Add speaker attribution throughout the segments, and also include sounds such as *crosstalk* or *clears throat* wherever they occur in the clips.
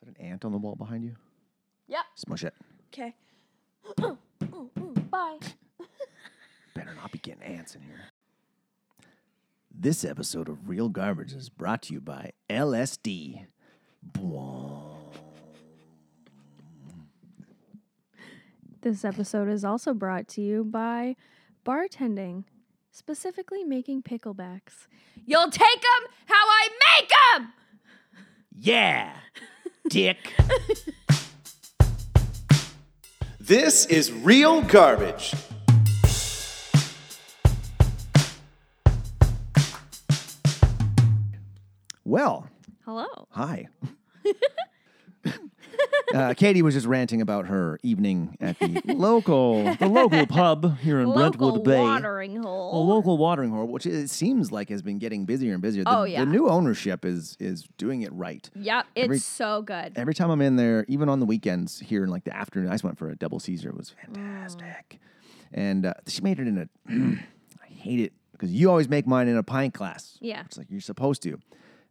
Speaker 1: that an ant on the wall behind you?
Speaker 2: Yep.
Speaker 1: Smush it.
Speaker 3: Okay.
Speaker 2: Bye.
Speaker 1: Better not be getting ants in here. This episode of Real Garbage is brought to you by LSD. Bwong.
Speaker 2: This episode is also brought to you by bartending, specifically making picklebacks. You'll take 'em how I make 'em.
Speaker 1: Yeah, dick.
Speaker 4: This is real garbage.
Speaker 1: Well,
Speaker 2: Hello.
Speaker 1: hi. *laughs* uh, Katie was just ranting about her evening at
Speaker 2: *laughs*
Speaker 1: the local, the local pub here in
Speaker 2: Local
Speaker 1: Brentwood Bay.
Speaker 2: watering
Speaker 1: A
Speaker 2: hole.
Speaker 1: local watering hole, which it seems like has been getting busier and busier. The,
Speaker 2: Oh, yeah.
Speaker 1: the new ownership is is doing it right.
Speaker 2: Yep, it's
Speaker 1: Every-
Speaker 2: so good.
Speaker 1: Every time I'm in there, even on the weekends here in like the afternoon, I just went for a double Caesar. It was fantastic. And uh, she made it in a, *clears throat* I hate it because you always make mine in a pint glass.
Speaker 2: Yeah.
Speaker 1: It's like you're supposed to.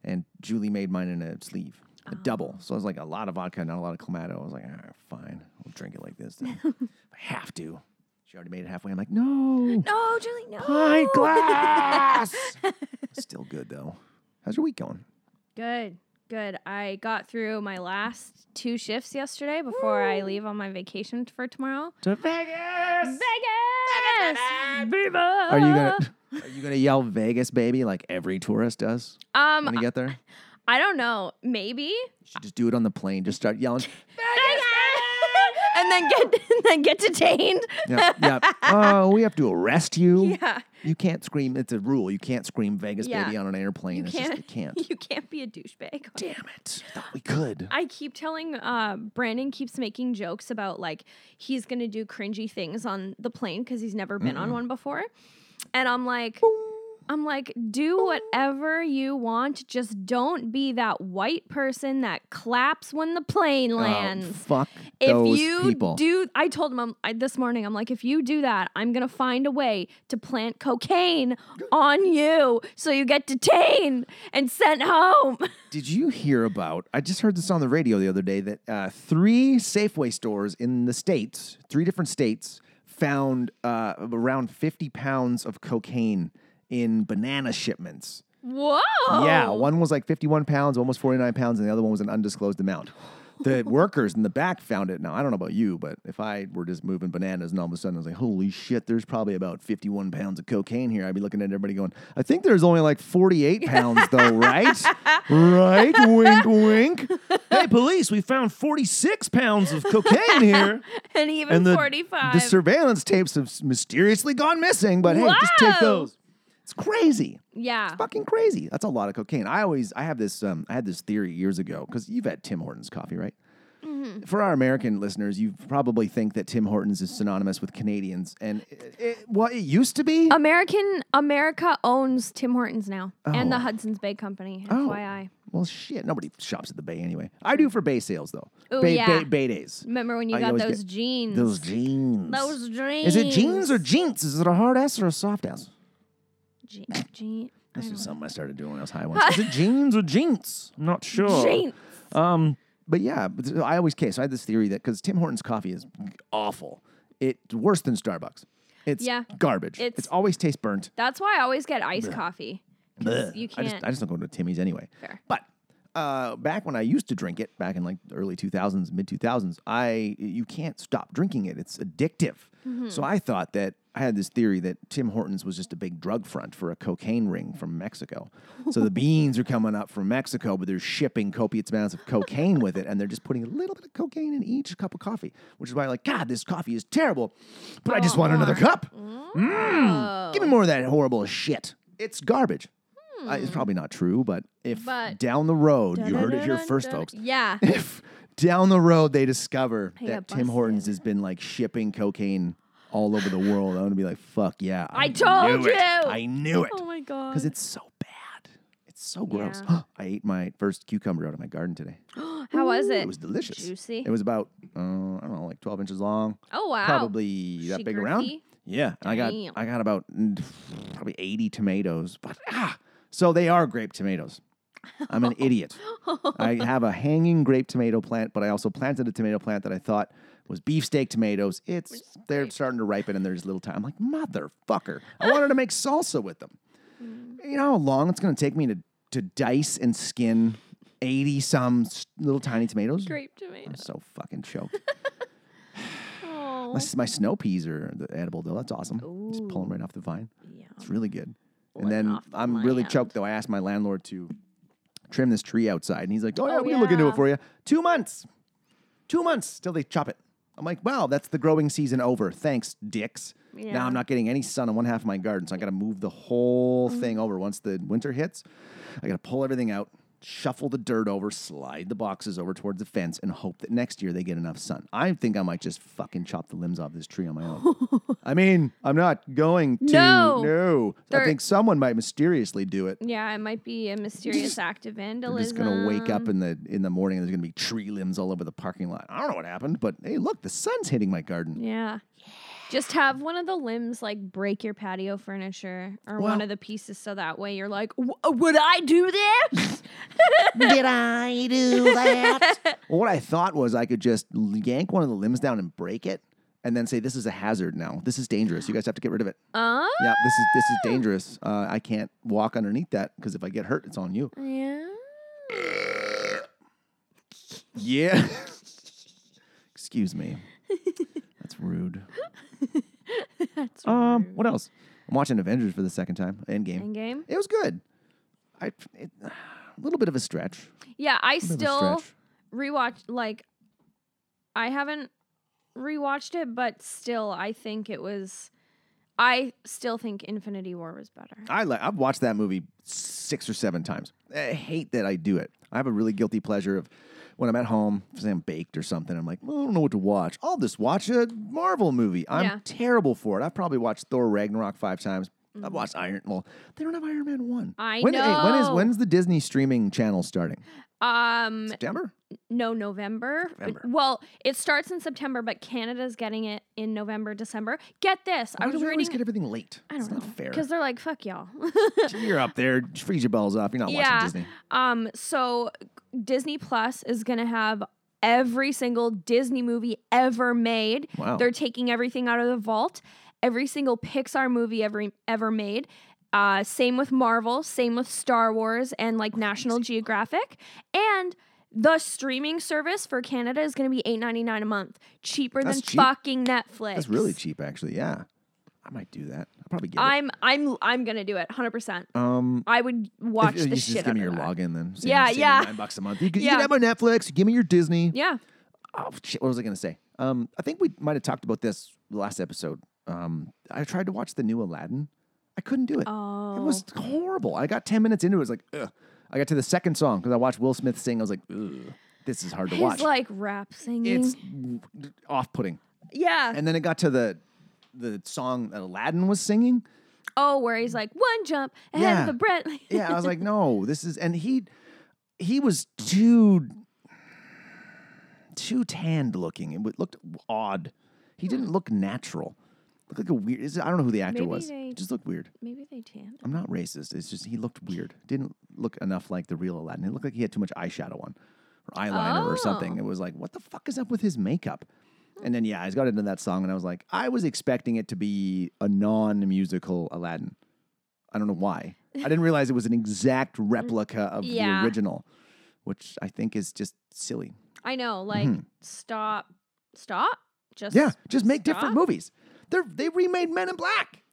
Speaker 1: And Julie made mine in a sleeve, a double. So it was like a lot of vodka, not a lot of Clamato. I was like, all right, fine. I'll drink it like this *laughs* then. If I have to. She already made it halfway. I'm like, no.
Speaker 2: No, Julie, no.
Speaker 1: Pint *laughs* glass. Still good though. How's your week going?
Speaker 2: Good, good. I got through my last two shifts yesterday before I leave on my vacation for tomorrow.
Speaker 1: To Vegas.
Speaker 2: Vegas! Viva!
Speaker 1: Are you gonna
Speaker 2: Uh.
Speaker 1: *laughs* Are you gonna yell Vegas baby like every tourist does
Speaker 2: Um,
Speaker 1: when you get there?
Speaker 2: I don't know. Maybe.
Speaker 1: You should just do it on the plane. Just start
Speaker 2: *laughs*
Speaker 1: yelling.
Speaker 2: and then get *laughs* and then get detained.
Speaker 1: Yep, yep. Oh, we have to arrest you.
Speaker 2: Yeah.
Speaker 1: You can't scream. It's a rule. You can't scream Vegas
Speaker 2: Yeah.
Speaker 1: baby on an airplane.
Speaker 2: You
Speaker 1: it's
Speaker 2: can't,
Speaker 1: just you can't.
Speaker 2: *laughs* You can't be a douchebag.
Speaker 1: Damn it. I thought we could.
Speaker 2: I keep telling uh, Brandon keeps making jokes about like he's gonna do cringy things on the plane because he's never been on one before, and I'm like, I'm like, do whatever you want, just don't be that white person that claps when the plane
Speaker 1: Oh,
Speaker 2: lands.
Speaker 1: fuck
Speaker 2: if
Speaker 1: those
Speaker 2: you
Speaker 1: people.
Speaker 2: do, I told him I'm- I, this morning, I'm like, if you do that, I'm gonna find a way to plant cocaine on you so you get detained and sent home. *laughs*
Speaker 1: Did you hear about? I just heard this on the radio the other day that uh, three Safeway stores in the states, three different states, found uh, around 50 pounds of cocaine in banana shipments.
Speaker 2: Whoa!
Speaker 1: Yeah,
Speaker 2: Oh.
Speaker 1: one was like 51 pounds, one was 49 pounds, and the other one was an undisclosed amount. The workers in the back found it. Now, I don't know about you, but if I were just moving bananas and all of a sudden I was like, holy shit, there's probably about 51 pounds of cocaine here, I'd be looking at everybody going, I think there's only like 48 pounds though, right? right? Wink, wink. Hey, police, we found 46 pounds of cocaine here.
Speaker 2: and even
Speaker 1: And the,
Speaker 2: 45.
Speaker 1: the surveillance tapes have mysteriously gone missing, but hey, just take
Speaker 2: Whoa.
Speaker 1: those. It's crazy
Speaker 2: yeah.
Speaker 1: fucking crazy. That's a lot of cocaine. I always I have this um I had this theory years ago because you've had Tim Hortons coffee, right?
Speaker 2: Mm-hmm.
Speaker 1: For our American listeners, you probably think that Tim Hortons is synonymous with Canadians, and it, it- what it used to
Speaker 2: Oh.
Speaker 1: be.
Speaker 2: American America owns Tim Hortons now and
Speaker 1: Oh.
Speaker 2: the Hudson's Bay Company. FYI.
Speaker 1: Well, shit, nobody shops at the Bay anyway. I do for Bay sales though.
Speaker 2: Ooh,
Speaker 1: bay,
Speaker 2: yeah.
Speaker 1: bay, bay days.
Speaker 2: Remember when you
Speaker 1: I
Speaker 2: got
Speaker 1: always
Speaker 2: those
Speaker 1: get
Speaker 2: jeans?
Speaker 1: Those jeans.
Speaker 2: Those jeans.
Speaker 1: Is it jeans or jeans? Is it a hard ass or a soft ass?
Speaker 2: Je- je-
Speaker 1: This is something I started doing when I was high
Speaker 2: *laughs*
Speaker 1: once. is it jeans or jeans? I'm not sure.
Speaker 2: jeans.
Speaker 1: Um, but yeah, but th- I always case. I had this theory that because Tim Hortons coffee is awful, it's worse than Starbucks. It's
Speaker 2: Yeah.
Speaker 1: garbage. It's,
Speaker 2: It's-
Speaker 1: always tastes burnt.
Speaker 2: That's why I always get iced coffee. 'cause
Speaker 1: Blech.
Speaker 2: You
Speaker 1: I
Speaker 2: can't.
Speaker 1: just I just don't go to Timmy's anyway.
Speaker 2: Fair.
Speaker 1: But uh, back when I used to drink it, back in like the early two thousands, mid two thousands, I you can't stop drinking it. It's addictive.
Speaker 2: Mm-hmm.
Speaker 1: So I thought that I had this theory that Tim Hortons was just a big drug front for a cocaine ring from Mexico. So
Speaker 2: *laughs*
Speaker 1: the beans are coming up from Mexico, but they're shipping copious amounts of cocaine with it, and they're just putting a little bit of cocaine in each cup of coffee, which is why like God, this coffee is terrible, but I just want another cup. Give
Speaker 2: Oh.
Speaker 1: me more of that horrible shit. It's garbage. I- it's probably not true, but if
Speaker 2: Hmm. But-
Speaker 1: down the road, you heard it here first, folks. *laughs*
Speaker 2: yeah.
Speaker 1: If down the road they discover that
Speaker 2: got
Speaker 1: Tim Hortons has been like shipping cocaine all over the world, I'm gonna be like, fuck yeah.
Speaker 2: I told
Speaker 1: knew it.
Speaker 2: you!
Speaker 1: I knew it.
Speaker 2: Oh my god.
Speaker 1: Because it's so bad. It's so gross. *gasps*
Speaker 2: Yeah.
Speaker 1: I ate my first cucumber out of my garden today.
Speaker 2: How was it?
Speaker 1: It was delicious.
Speaker 2: Juicy.
Speaker 1: It was about, uh, I don't know, like 12 inches long
Speaker 2: oh wow.
Speaker 1: probably that
Speaker 2: She
Speaker 1: big around.
Speaker 2: girthy?
Speaker 1: Yeah, and I
Speaker 2: Damn.
Speaker 1: got I got about mm, probably eighty tomatoes, but ah, so they are grape tomatoes. I'm an idiot. I have a hanging grape tomato plant, but I also planted a tomato plant that I thought was beefsteak tomatoes. It's they're starting to ripen and there's little time. I'm like, motherfucker. I wanted to make salsa with them. You know how long it's gonna take me to to dice and skin 80 some s- little tiny tomatoes?
Speaker 2: Grape
Speaker 1: I'm
Speaker 2: tomatoes.
Speaker 1: so fucking choked.
Speaker 2: Oh,
Speaker 1: my, my snow peas are the edible though. That's awesome. Just pull them right off the vine.
Speaker 2: yeah.
Speaker 1: It's really good. And
Speaker 2: Living
Speaker 1: then
Speaker 2: off the
Speaker 1: I'm really
Speaker 2: land.
Speaker 1: choked though. I asked my landlord to trim this tree outside, and he's like, "Oh yeah,
Speaker 2: Oh,
Speaker 1: we can look into it
Speaker 2: yeah.
Speaker 1: for you. Two months, two months till they chop it." I'm like, "Wow, that's the growing season over. Thanks, dicks."
Speaker 2: Yeah.
Speaker 1: Now I'm not getting any sun on one half of my garden, so I got to move the whole
Speaker 2: Mm.
Speaker 1: thing over once the winter hits. I got to pull everything out, shuffle the dirt over, slide the boxes over towards the fence, and hope that next year they get enough sun. I think I might just fucking chop the limbs off this tree on my
Speaker 2: *laughs*
Speaker 1: own. I mean, I'm not going to.
Speaker 2: No.
Speaker 1: No. I
Speaker 2: There-
Speaker 1: think someone might mysteriously do it.
Speaker 2: Yeah, it might be a mysterious act of vandalism.
Speaker 1: I'm just gonna wake up in the in the morning and there's gonna be tree limbs all over the parking lot. I don't know what happened, but hey, look, the sun's hitting my garden.
Speaker 2: Yeah. Just have one of the limbs like break your patio furniture or one
Speaker 1: Well-
Speaker 2: of the pieces so that way you're like, "W- uh, would I do this?
Speaker 1: *laughs* Did I do *laughs* that? well, what I thought was I could just l- yank one of the limbs down and break it, and then say, "This is a hazard now. This is dangerous. You guys have to get rid of it."
Speaker 2: Uh,
Speaker 1: yeah, this is this is dangerous. Uh, I can't walk underneath that because if I get hurt, it's on you.
Speaker 2: yeah.
Speaker 1: Yeah. *laughs* Excuse *laughs* me. That's rude.
Speaker 2: That's
Speaker 1: Um, what else? I'm watching Avengers for the second time. Endgame.
Speaker 2: in game.
Speaker 1: It was good. I it, *sighs* a little bit of a stretch.
Speaker 2: Yeah, I
Speaker 1: Bit of a
Speaker 2: still
Speaker 1: stretch.
Speaker 2: rewatch like I haven't rewatched it, but still I think it was I still think Infinity War was better.
Speaker 1: I like. I've watched that movie six or seven times. I hate that I do it. I have a really guilty pleasure of when I'm at home, say I'm baked or something. I'm like, "Well, I don't know what to watch. I'll just watch a Marvel movie. I'm
Speaker 2: Yeah.
Speaker 1: terrible for it. I've probably watched Thor Ragnarok five times. I've watched Iron. Well, they don't have Iron Man one.
Speaker 2: Mm. I
Speaker 1: when, hey, when is
Speaker 2: know.
Speaker 1: when's the Disney streaming channel starting?
Speaker 2: Um
Speaker 1: September.
Speaker 2: no November.
Speaker 1: November.
Speaker 2: Well, it starts in September, but Canada's getting it in November, December. Get this. I
Speaker 1: Why do
Speaker 2: was
Speaker 1: we always
Speaker 2: reading
Speaker 1: get everything late?
Speaker 2: I don't
Speaker 1: it's not
Speaker 2: know.
Speaker 1: fair.
Speaker 2: Because they're like, fuck y'all.
Speaker 1: *laughs*
Speaker 2: *laughs*
Speaker 1: You're up there, freeze your balls off. You're not
Speaker 2: Yeah.
Speaker 1: watching Disney.
Speaker 2: um, so Disney Plus is gonna have every single Disney movie ever made.
Speaker 1: Wow.
Speaker 2: They're taking everything out of the vault. Every single Pixar movie ever ever made. Uh, same with Marvel. Same with Star Wars and like National Geographic. And the streaming service for Canada is going to be eight ninety nine a month, cheaper
Speaker 1: That's
Speaker 2: than
Speaker 1: cheap.
Speaker 2: fucking Netflix.
Speaker 1: That's really cheap, actually. Yeah, I might do that. I'll probably get
Speaker 2: I'm I'm I'm gonna do it hundred percent.
Speaker 1: it. Um,
Speaker 2: I would
Speaker 1: if-
Speaker 2: watch
Speaker 1: you
Speaker 2: the
Speaker 1: just
Speaker 2: shit.
Speaker 1: give me
Speaker 2: out
Speaker 1: your
Speaker 2: of that.
Speaker 1: login then. Save me-
Speaker 2: Yeah,
Speaker 1: save me
Speaker 2: yeah.
Speaker 1: Nine bucks a month.
Speaker 2: *laughs*
Speaker 1: You can, you
Speaker 2: Yeah.
Speaker 1: can have my Netflix. Give me your Disney.
Speaker 2: Yeah.
Speaker 1: Oh shit! What was I gonna say? Um, I think we might have talked about this last episode. Um, I tried to watch the new Aladdin. I couldn't do it.
Speaker 2: Oh.
Speaker 1: It was horrible. I got ten minutes into it. It was like, ugh. I got to the second song because I watched Will Smith sing. I was like, ugh, this is hard to
Speaker 2: His
Speaker 1: watch.
Speaker 2: like rap singing.
Speaker 1: it's off-putting.
Speaker 2: yeah.
Speaker 1: And then it got to the the song that Aladdin was singing.
Speaker 2: oh, where he's like one jump ahead
Speaker 1: Yeah.
Speaker 2: of the bread.
Speaker 1: Yeah,
Speaker 2: *laughs*
Speaker 1: I was like, no, this is and he he was too too tanned looking. It w- looked odd. He didn't look natural. Looked like a weird. is- I don't know who the actor
Speaker 2: Hmm. Maybe
Speaker 1: was.
Speaker 2: they-
Speaker 1: Just looked weird.
Speaker 2: Maybe they tanned.
Speaker 1: I'm not racist. It's just he looked weird. Didn't look enough like the real Aladdin. It looked like he had too much eyeshadow on, or eyeliner, or something.
Speaker 2: Oh.
Speaker 1: It was like, what the fuck is up with his makeup? And then yeah, I got into that song and I was like, I was expecting it to be a non-musical Aladdin. I don't know why. I didn't realize it was an
Speaker 2: *laughs*
Speaker 1: exact replica of
Speaker 2: Yeah.
Speaker 1: the original, which I think is just silly.
Speaker 2: I know. Like stop, stop. Just
Speaker 1: Mm-hmm. Yeah, just make different
Speaker 2: stop.
Speaker 1: movies. They're, they remade Men in Black.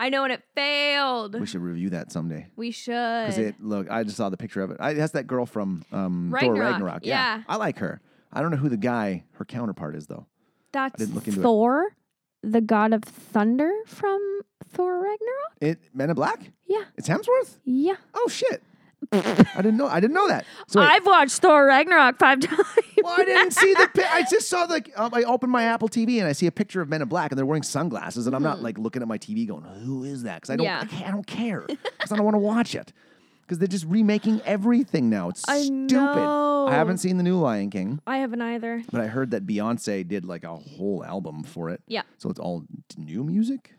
Speaker 2: I know, and it failed.
Speaker 1: We should review that someday.
Speaker 2: We should.
Speaker 1: Because it look, I just saw the picture of it. I, that's that girl from um, Thor
Speaker 2: Ragnarok,
Speaker 1: Ragnarok.
Speaker 2: yeah.
Speaker 1: I like her. I don't know who the guy her counterpart is though.
Speaker 2: That's
Speaker 1: didn't look into it.
Speaker 2: Thor, the god of thunder from Thor Ragnarok.
Speaker 1: It Men in Black.
Speaker 2: Yeah.
Speaker 1: It's Hemsworth.
Speaker 2: Yeah.
Speaker 1: Oh
Speaker 2: *laughs*
Speaker 1: shit! I didn't know. I didn't know that. So wait,
Speaker 2: I've watched Thor Ragnarok five *laughs* times.
Speaker 1: *laughs* well, I didn't see the. Pi- I just saw the. Um, I opened my Apple TV and I see a picture of Men in Black and they're wearing sunglasses and I'm not like looking at my TV going, "Who is that?" Because I don't.
Speaker 2: Mm-hmm. Yeah.
Speaker 1: I, can't- I don't
Speaker 2: *laughs*
Speaker 1: care. Because I don't want to watch it. Because they're just remaking everything now. It's
Speaker 2: I
Speaker 1: stupid.
Speaker 2: know.
Speaker 1: I haven't seen the new Lion King.
Speaker 2: *laughs* I haven't either.
Speaker 1: But I heard that Beyonce did like a whole album for it.
Speaker 2: Yeah.
Speaker 1: So it's all new music.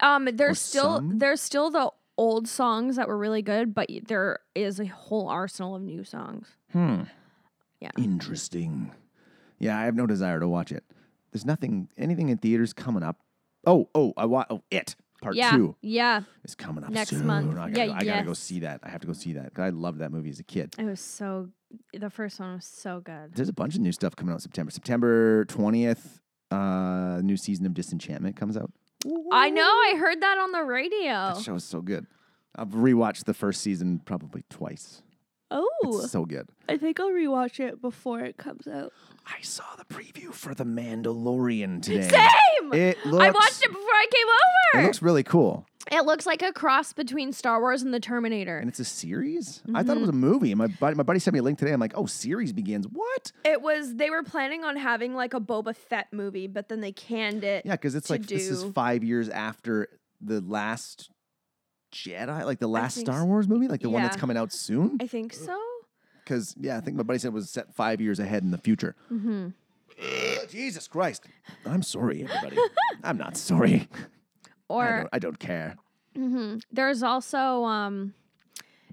Speaker 2: Um, there's still
Speaker 1: some?
Speaker 2: there's still the old songs that were really good, but y- there is a whole arsenal of new songs.
Speaker 1: Interesting. Yeah, I have no desire to watch it. There's nothing, anything in theaters coming up. Oh, oh, I wa- oh, it part
Speaker 2: yeah,
Speaker 1: two
Speaker 2: yeah,
Speaker 1: is coming up
Speaker 2: Next
Speaker 1: soon.
Speaker 2: month.
Speaker 1: I gotta,
Speaker 2: Yeah,
Speaker 1: go, I gotta go
Speaker 2: yes.
Speaker 1: see that. I have to go see that. 'cause I loved that movie as a kid.
Speaker 2: it was so. The first one was so good.
Speaker 1: There's a bunch of new stuff coming out in September. September 20th, uh, new season of Disenchantment comes out.
Speaker 2: I know. I heard that on the radio.
Speaker 1: That show is so good. I've rewatched the first season probably twice.
Speaker 2: Oh,
Speaker 1: It's so good.
Speaker 2: I think I'll rewatch it before it comes out.
Speaker 1: I saw the preview for The Mandalorian today.
Speaker 2: Same.
Speaker 1: It looks,
Speaker 2: I watched it before I came
Speaker 1: It
Speaker 2: over.
Speaker 1: looks really cool.
Speaker 2: It looks like a cross between Star Wars and the Terminator.
Speaker 1: And it's a series? I thought it was
Speaker 2: Mm-hmm.
Speaker 1: a movie. And my buddy, my buddy sent me a link today. I'm like, oh, series begins. What?
Speaker 2: It was they were planning on having like a Boba Fett movie, but then they canned it.
Speaker 1: Yeah, because it's
Speaker 2: To
Speaker 1: like this is
Speaker 2: do-
Speaker 1: five years after the last Jedi, like the last
Speaker 2: think
Speaker 1: Star
Speaker 2: s-
Speaker 1: Wars movie, like the one that's
Speaker 2: yeah.
Speaker 1: coming out soon.
Speaker 2: I think so.
Speaker 1: Because yeah, I think my buddy said it was set five years ahead in the future.
Speaker 2: Mm-hmm.
Speaker 1: Jesus Christ! I'm sorry, everybody. I'm not sorry. I
Speaker 2: Or
Speaker 1: don't, I don't care.
Speaker 2: hmm There's also um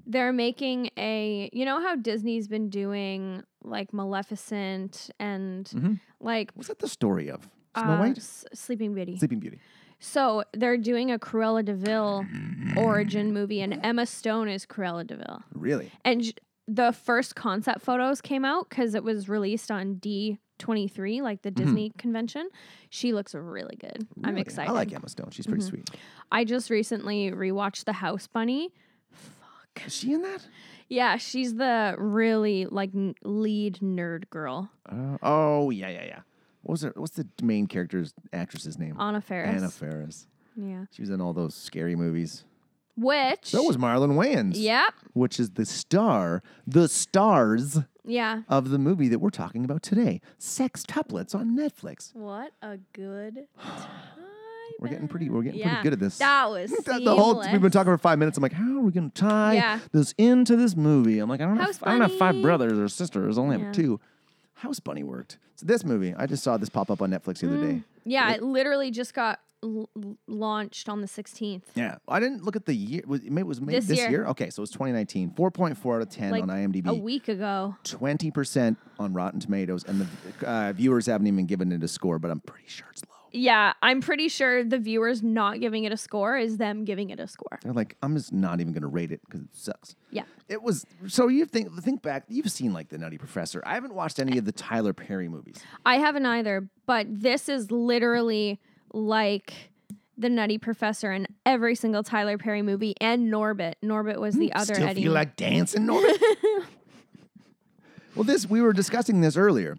Speaker 2: they're making a you know how Disney's been doing like Maleficent and
Speaker 1: Mhm.
Speaker 2: like
Speaker 1: What's that the story of Snow
Speaker 2: uh,
Speaker 1: White,
Speaker 2: S- Sleeping Beauty.
Speaker 1: Sleeping Beauty?
Speaker 2: so they're doing a Cruella Deville origin movie and Emma Stone is Cruella Deville.
Speaker 1: Really?
Speaker 2: And sh- the first concept photos came out cuz it was released on D23 like the Disney convention. She looks really good. I'm
Speaker 1: Mm-hmm. Really?
Speaker 2: excited. Mm-hmm.
Speaker 1: I like Emma Stone. She's pretty sweet.
Speaker 2: I just recently rewatched The House Bunny. Fuck.
Speaker 1: Is she in that?
Speaker 2: Yeah, she's the really like n- lead nerd girl,
Speaker 1: Uh, oh yeah, yeah, yeah. What was her? What's the main character's actress's name?
Speaker 2: Anna Faris.
Speaker 1: Anna Faris.
Speaker 2: yeah,
Speaker 1: She was in all those scary movies.
Speaker 2: which
Speaker 1: So was Marlon Wayans.
Speaker 2: yep,
Speaker 1: Which is the star, the stars
Speaker 2: yeah.
Speaker 1: of the movie that we're talking about today, Sex Tuplets on Netflix.
Speaker 2: What a good time.
Speaker 1: We're getting pretty. We're getting
Speaker 2: Yeah.
Speaker 1: pretty good at this.
Speaker 2: That was
Speaker 1: That- *laughs* the whole we've been
Speaker 2: seamless.
Speaker 1: talking for five minutes. I'm like, how are we gonna tie
Speaker 2: Yeah.
Speaker 1: this into this movie? I'm like, I don't know.
Speaker 2: House
Speaker 1: If, I don't have five
Speaker 2: Bunny.
Speaker 1: brothers or sisters. I only
Speaker 2: Yeah.
Speaker 1: have two. House Bunny worked. So this movie, I just saw this pop up on Netflix the other
Speaker 2: Mm.
Speaker 1: day.
Speaker 2: Yeah, it literally just got l- l- launched on the sixteenth.
Speaker 1: Yeah, I didn't look at the year. Was, maybe it was made
Speaker 2: This
Speaker 1: this,
Speaker 2: year.
Speaker 1: year. Okay, so it was 2019. 4.4 out of 10
Speaker 2: Like
Speaker 1: on
Speaker 2: a
Speaker 1: IMDb.
Speaker 2: week ago.
Speaker 1: 20% on Rotten Tomatoes, and the uh, viewers haven't even given it a score, but I'm pretty sure it's low.
Speaker 2: Yeah, I'm pretty sure the viewers not giving it a score is them giving it a score.
Speaker 1: They're like, I'm just not even going to rate it because it sucks.
Speaker 2: Yeah.
Speaker 1: It was so you think think back. You've seen like the Nutty Professor. I haven't watched any of the Tyler Perry movies.
Speaker 2: I haven't either, but this is literally like the Nutty Professor in every single Tyler Perry movie and Norbit. Norbit was the
Speaker 1: Hmm.
Speaker 2: other
Speaker 1: Still
Speaker 2: Eddie.
Speaker 1: feel like dancing,
Speaker 2: *laughs*
Speaker 1: Norman? well, this we were discussing this earlier.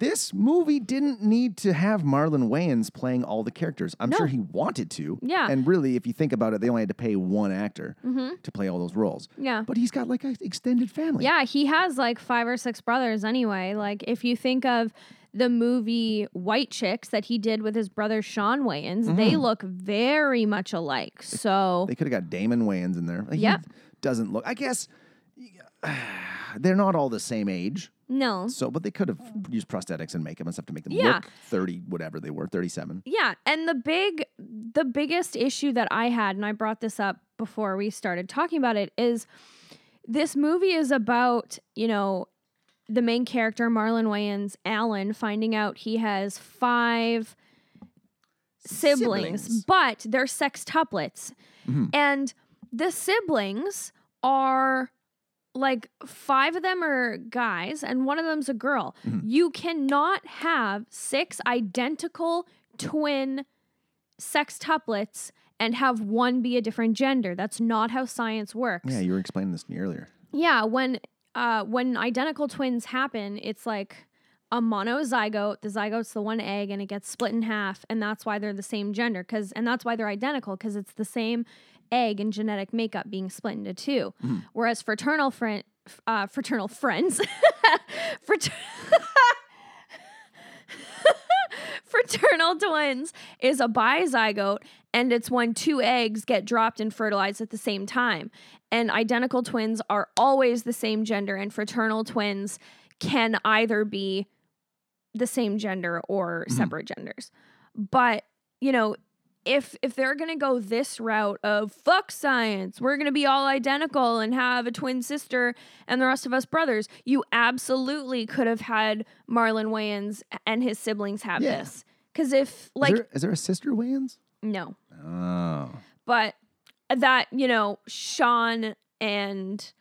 Speaker 1: This movie didn't need to have Marlon Wayans playing all the characters. I'm sure he wanted to.
Speaker 2: Yeah. Mm-hmm.
Speaker 1: And really, if you think about it, they only had to pay one actor to play all those roles.
Speaker 2: Yeah.
Speaker 1: But he's got like an extended family.
Speaker 2: yeah, he has like five or six brothers anyway. Like if you think of the movie White Chicks that he did with his brother Sean Wayans, they look very much alike. So
Speaker 1: Mm-hmm. They could have got Damon Wayans in there. Like, he
Speaker 2: Yep.
Speaker 1: Doesn't look. I guess *sighs* they're not all the same age.
Speaker 2: no.
Speaker 1: So, but they could have used prosthetics and makeup and stuff to make them
Speaker 2: Hmm. Yeah.
Speaker 1: look 30, whatever they were, 37.
Speaker 2: Yeah, and the big the biggest issue that I had and I brought this up before we started talking about it is this movie is about, you know, the main character Marlon Wayans, Alan, finding out he has 5 siblings,
Speaker 1: Siblings.
Speaker 2: but they're sextuplets.
Speaker 1: Mhm.
Speaker 2: And the siblings are like five of them are guys and one of them's a girl. You cannot have six identical twin sextuplets and have one be a different gender. That's not how science works.
Speaker 1: Yeah, you were explaining this to me earlier.
Speaker 2: Yeah, when uh when identical twins happen, it's like a monozygote, the zygote's the one egg and it gets split in half and that's why they're the same gender cuz and that's why they're identical cuz it's the same egg and genetic makeup being split into two. Whereas fraternal friend uh, fraternal friends *laughs* Frater- *laughs* fraternal twins is a bizygote and it's when two eggs get dropped and fertilized at the same time and identical twins are always the same gender and fraternal twins can either be
Speaker 1: Mm-hmm.
Speaker 2: the same gender or separate genders but you know if if they're gonna go this route of fuck science, we're gonna be all identical and have a twin sister and the rest of us brothers, you absolutely could have had Marlon Wayans and his siblings have
Speaker 1: Yeah.
Speaker 2: this. Cause if like
Speaker 1: is, there, is there a sister Wayans?
Speaker 2: no.
Speaker 1: Oh,
Speaker 2: But that, you know, Sean and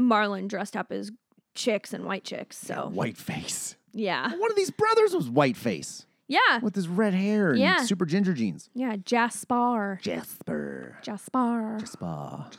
Speaker 2: Marlon dressed up as chicks and white chicks. So
Speaker 1: white
Speaker 2: *laughs*
Speaker 1: face.
Speaker 2: yeah.
Speaker 1: One of these brothers was white face
Speaker 2: Yeah.
Speaker 1: with his red hair and
Speaker 2: Yeah.
Speaker 1: super ginger jeans.
Speaker 2: Yeah. Jaspar.
Speaker 1: Jasper.
Speaker 2: Jaspar.
Speaker 1: Spa.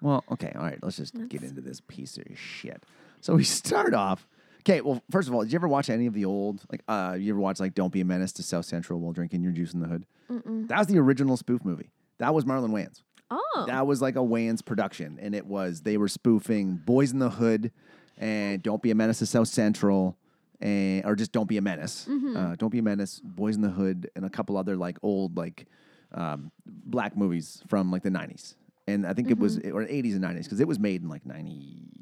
Speaker 1: Well, okay, all right. Let's just get into this piece of shit. So we *laughs* start off. Okay, well, first of all, did you ever watch any of the old like uh you ever watch like Don't Be a Menace to South Central while drinking your juice in the hood? That was the original spoof movie. That was Marlon Wayans.
Speaker 2: Oh.
Speaker 1: That was like a Wayans production and it was they were spoofing Boys in the Hood and Don't Be a Menace to South Central and or just Don't Be a Menace.
Speaker 2: Mm-hmm.
Speaker 1: Uh, Don't Be a Menace, Boys in the Hood and a couple other like old like um, black movies from like the 90s. And I think it was
Speaker 2: Mm-hmm.
Speaker 1: or 80s and 90s because it was made in like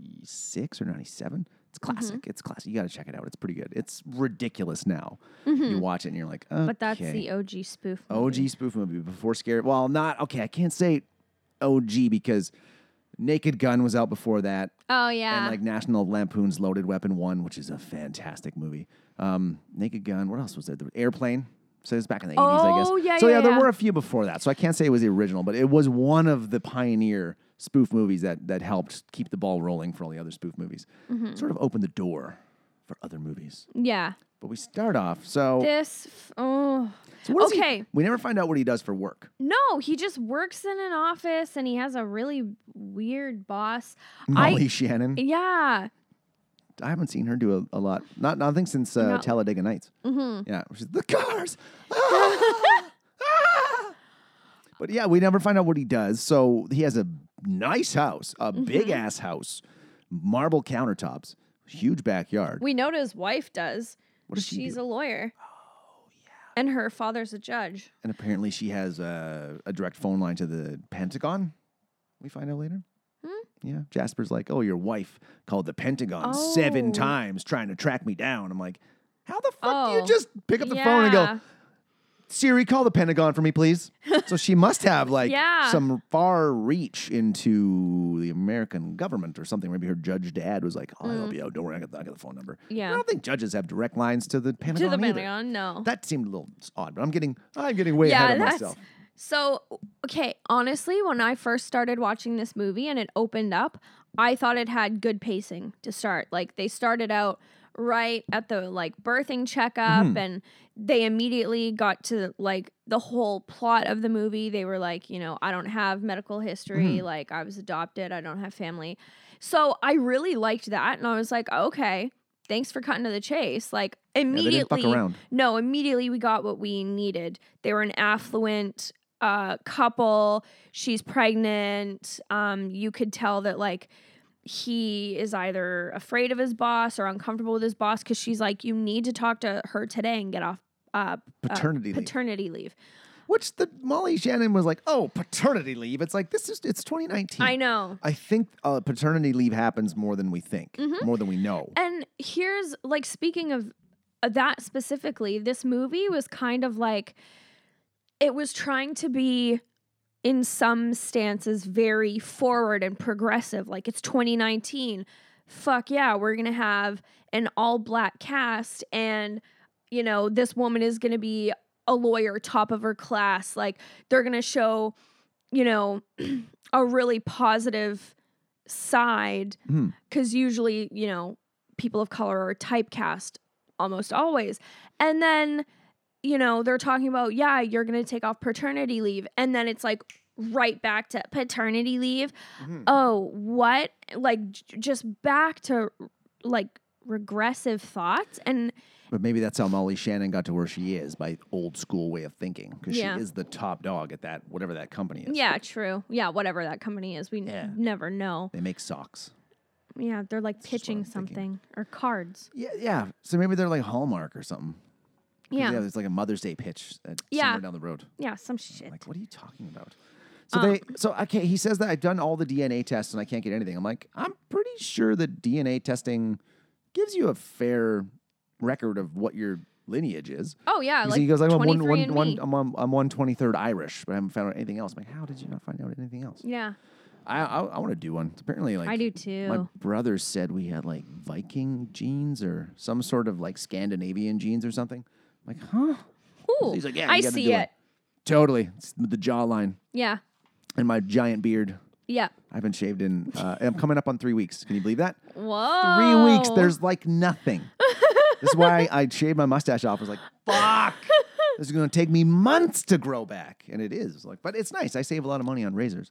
Speaker 1: 96 or 97. It's
Speaker 2: Mm-hmm.
Speaker 1: classic. It's classic. You got to check it out. It's pretty good. It's ridiculous now. You watch it and you're like, okay.
Speaker 2: Mm-hmm. But that's the OG spoof.
Speaker 1: OG
Speaker 2: movie.
Speaker 1: spoof movie before Scary. Well, not okay. I can't say OG because Naked Gun was out before that,
Speaker 2: Oh yeah.
Speaker 1: and like National Lampoon's Loaded Weapon One, which is a fantastic movie. Um, Naked Gun. What else was there? The Airplane. So it's back in the eighties, I guess.
Speaker 2: Oh, yeah,
Speaker 1: so yeah,
Speaker 2: yeah,
Speaker 1: there
Speaker 2: yeah.
Speaker 1: were a few before that. So I can't say it was the original, but it was one of the pioneer spoof movies that that helped keep the ball rolling for all the other spoof movies.
Speaker 2: Mm-hmm.
Speaker 1: Sort of opened the door for other movies.
Speaker 2: yeah.
Speaker 1: But we start off. So,
Speaker 2: This. F- oh.
Speaker 1: so what does he-
Speaker 2: okay.
Speaker 1: we never find out what he does for work.
Speaker 2: No, he just works in an office and he has a really weird boss.
Speaker 1: Molly
Speaker 2: I.
Speaker 1: Shannon.
Speaker 2: Yeah.
Speaker 1: I haven't seen her do a, a lot. Not nothing since uh,
Speaker 2: No.
Speaker 1: Talladega Nights. Mm-hmm. Yeah, she's the
Speaker 2: *laughs*
Speaker 1: cars. Ah! Ah! But yeah, we never find out what he does. So he has a nice house, a
Speaker 2: Mm-hmm.
Speaker 1: big ass house, marble countertops, huge backyard.
Speaker 2: We know what his wife does.
Speaker 1: What does she
Speaker 2: She's
Speaker 1: do?
Speaker 2: a lawyer. Oh yeah. And her father's a judge.
Speaker 1: and apparently, she has uh, a direct phone line to the Pentagon. We find out later.
Speaker 2: Hmm?
Speaker 1: Yeah, Jasper's like, "Oh, your wife called the Pentagon
Speaker 2: Oh.
Speaker 1: seven times trying to track me down." I'm like, "How the fuck do
Speaker 2: Oh.
Speaker 1: you just pick up the phone and go,
Speaker 2: Yeah.
Speaker 1: Siri, call the Pentagon for me, please. so she must
Speaker 2: *laughs*
Speaker 1: have like
Speaker 2: Yeah.
Speaker 1: some far reach into the American government or something. Maybe her judge dad was like, "I'll help you out. Don't worry, I got, the, I got the phone number."
Speaker 2: Mm. Yeah.
Speaker 1: I don't think judges have direct lines to the Pentagon.
Speaker 2: To the
Speaker 1: either.
Speaker 2: Pentagon, no.
Speaker 1: That seemed a little odd, but I'm getting I'm getting way ahead of myself.
Speaker 2: So, okay, honestly, when I first started watching this movie and it opened up, I thought it had good pacing to start. Like they started out right at the like birthing checkup
Speaker 1: Mm-hmm.
Speaker 2: and they immediately got to like the whole plot of the movie. They were like, you know, I don't have medical history,
Speaker 1: Mm-hmm.
Speaker 2: like I was adopted, I don't have family. So, I really liked that and I was like, okay, thanks for cutting to the chase. Like
Speaker 1: Yeah, they
Speaker 2: immediately
Speaker 1: didn't fuck around.
Speaker 2: no, immediately we got what we needed. They were an affluent uh, couple. She's pregnant. Um, you could tell that like he is either afraid of his boss or uncomfortable with his boss because she's like, you need to talk to her today and get off uh,
Speaker 1: Paternity leave.
Speaker 2: paternity leave.
Speaker 1: Which the Molly Shannon was like, "Oh, paternity leave." It's like this is it's 2019.
Speaker 2: I know.
Speaker 1: I think uh, paternity leave happens more than we think, more than we know.
Speaker 2: Mm-hmm. And here's like speaking of uh, that specifically, this movie was kind of like it was trying to be in some stances very forward and progressive. Like it's 2019. Fuck yeah, we're going to have an all black cast and you know, this woman is going to be a lawyer top of her class. Like they're going to show, you know, *clears throat* a really positive side
Speaker 1: Hmm.
Speaker 2: because usually, you know, people of color are typecast almost always. And then, you know, they're talking about, yeah, you're going to take off paternity leave. And then it's like right back to paternity leave.
Speaker 1: Mm-hmm.
Speaker 2: Oh, what? Like j- just back to like regressive thoughts. And
Speaker 1: But maybe that's how Molly Shannon got to where she is by old school way of thinking because
Speaker 2: Yeah.
Speaker 1: she is the top dog at that whatever that company is.
Speaker 2: yeah, true. Yeah, whatever that company is, we n-
Speaker 1: Yeah.
Speaker 2: never know.
Speaker 1: They make socks.
Speaker 2: Yeah, they're like pitching
Speaker 1: I'm thinking.
Speaker 2: something or cards.
Speaker 1: Yeah, yeah. So maybe they're like Hallmark or something. 'Cause,
Speaker 2: Yeah.
Speaker 1: Yeah,
Speaker 2: Yeah,
Speaker 1: there's like a Mother's Day pitch at
Speaker 2: Yeah.
Speaker 1: somewhere down the road.
Speaker 2: some shit.
Speaker 1: Like, what are you talking about? So
Speaker 2: Um.
Speaker 1: they so okay, he says that I've done all the DNA tests and I can't get anything. I'm like, I'm pretty sure that DNA testing gives you a fair record of what your lineage is.
Speaker 2: Oh, yeah,
Speaker 1: Because
Speaker 2: like
Speaker 1: he goes like, I'm one,
Speaker 2: 23
Speaker 1: one,
Speaker 2: and
Speaker 1: one, um,
Speaker 2: me.
Speaker 1: I'm, I'm, I'm one twenty third Irish, but I haven't found out anything else. I'm like, how did you not find out anything else?
Speaker 2: Yeah.
Speaker 1: I I, I want to do one. It's apparently like
Speaker 2: I do
Speaker 1: My
Speaker 2: too.
Speaker 1: brother said we had like Viking genes or some sort of like Scandinavian genes or something. I'm like, huh?
Speaker 2: Ooh,
Speaker 1: He's like, yeah,
Speaker 2: I
Speaker 1: you gotta
Speaker 2: see
Speaker 1: do
Speaker 2: it.
Speaker 1: Totally. It's the jawline
Speaker 2: Yeah.
Speaker 1: and my giant beard.
Speaker 2: Yeah.
Speaker 1: I haven't shaved in. Uh, I'm coming up on three weeks. Can you believe that?
Speaker 2: Whoa.
Speaker 1: Three weeks. There's like nothing. this is why I shaved my mustache off. I was like,
Speaker 2: *laughs*
Speaker 1: fuck. this is going to take me months to grow back, and it is. Like, but it's nice. I save a lot of money on razors.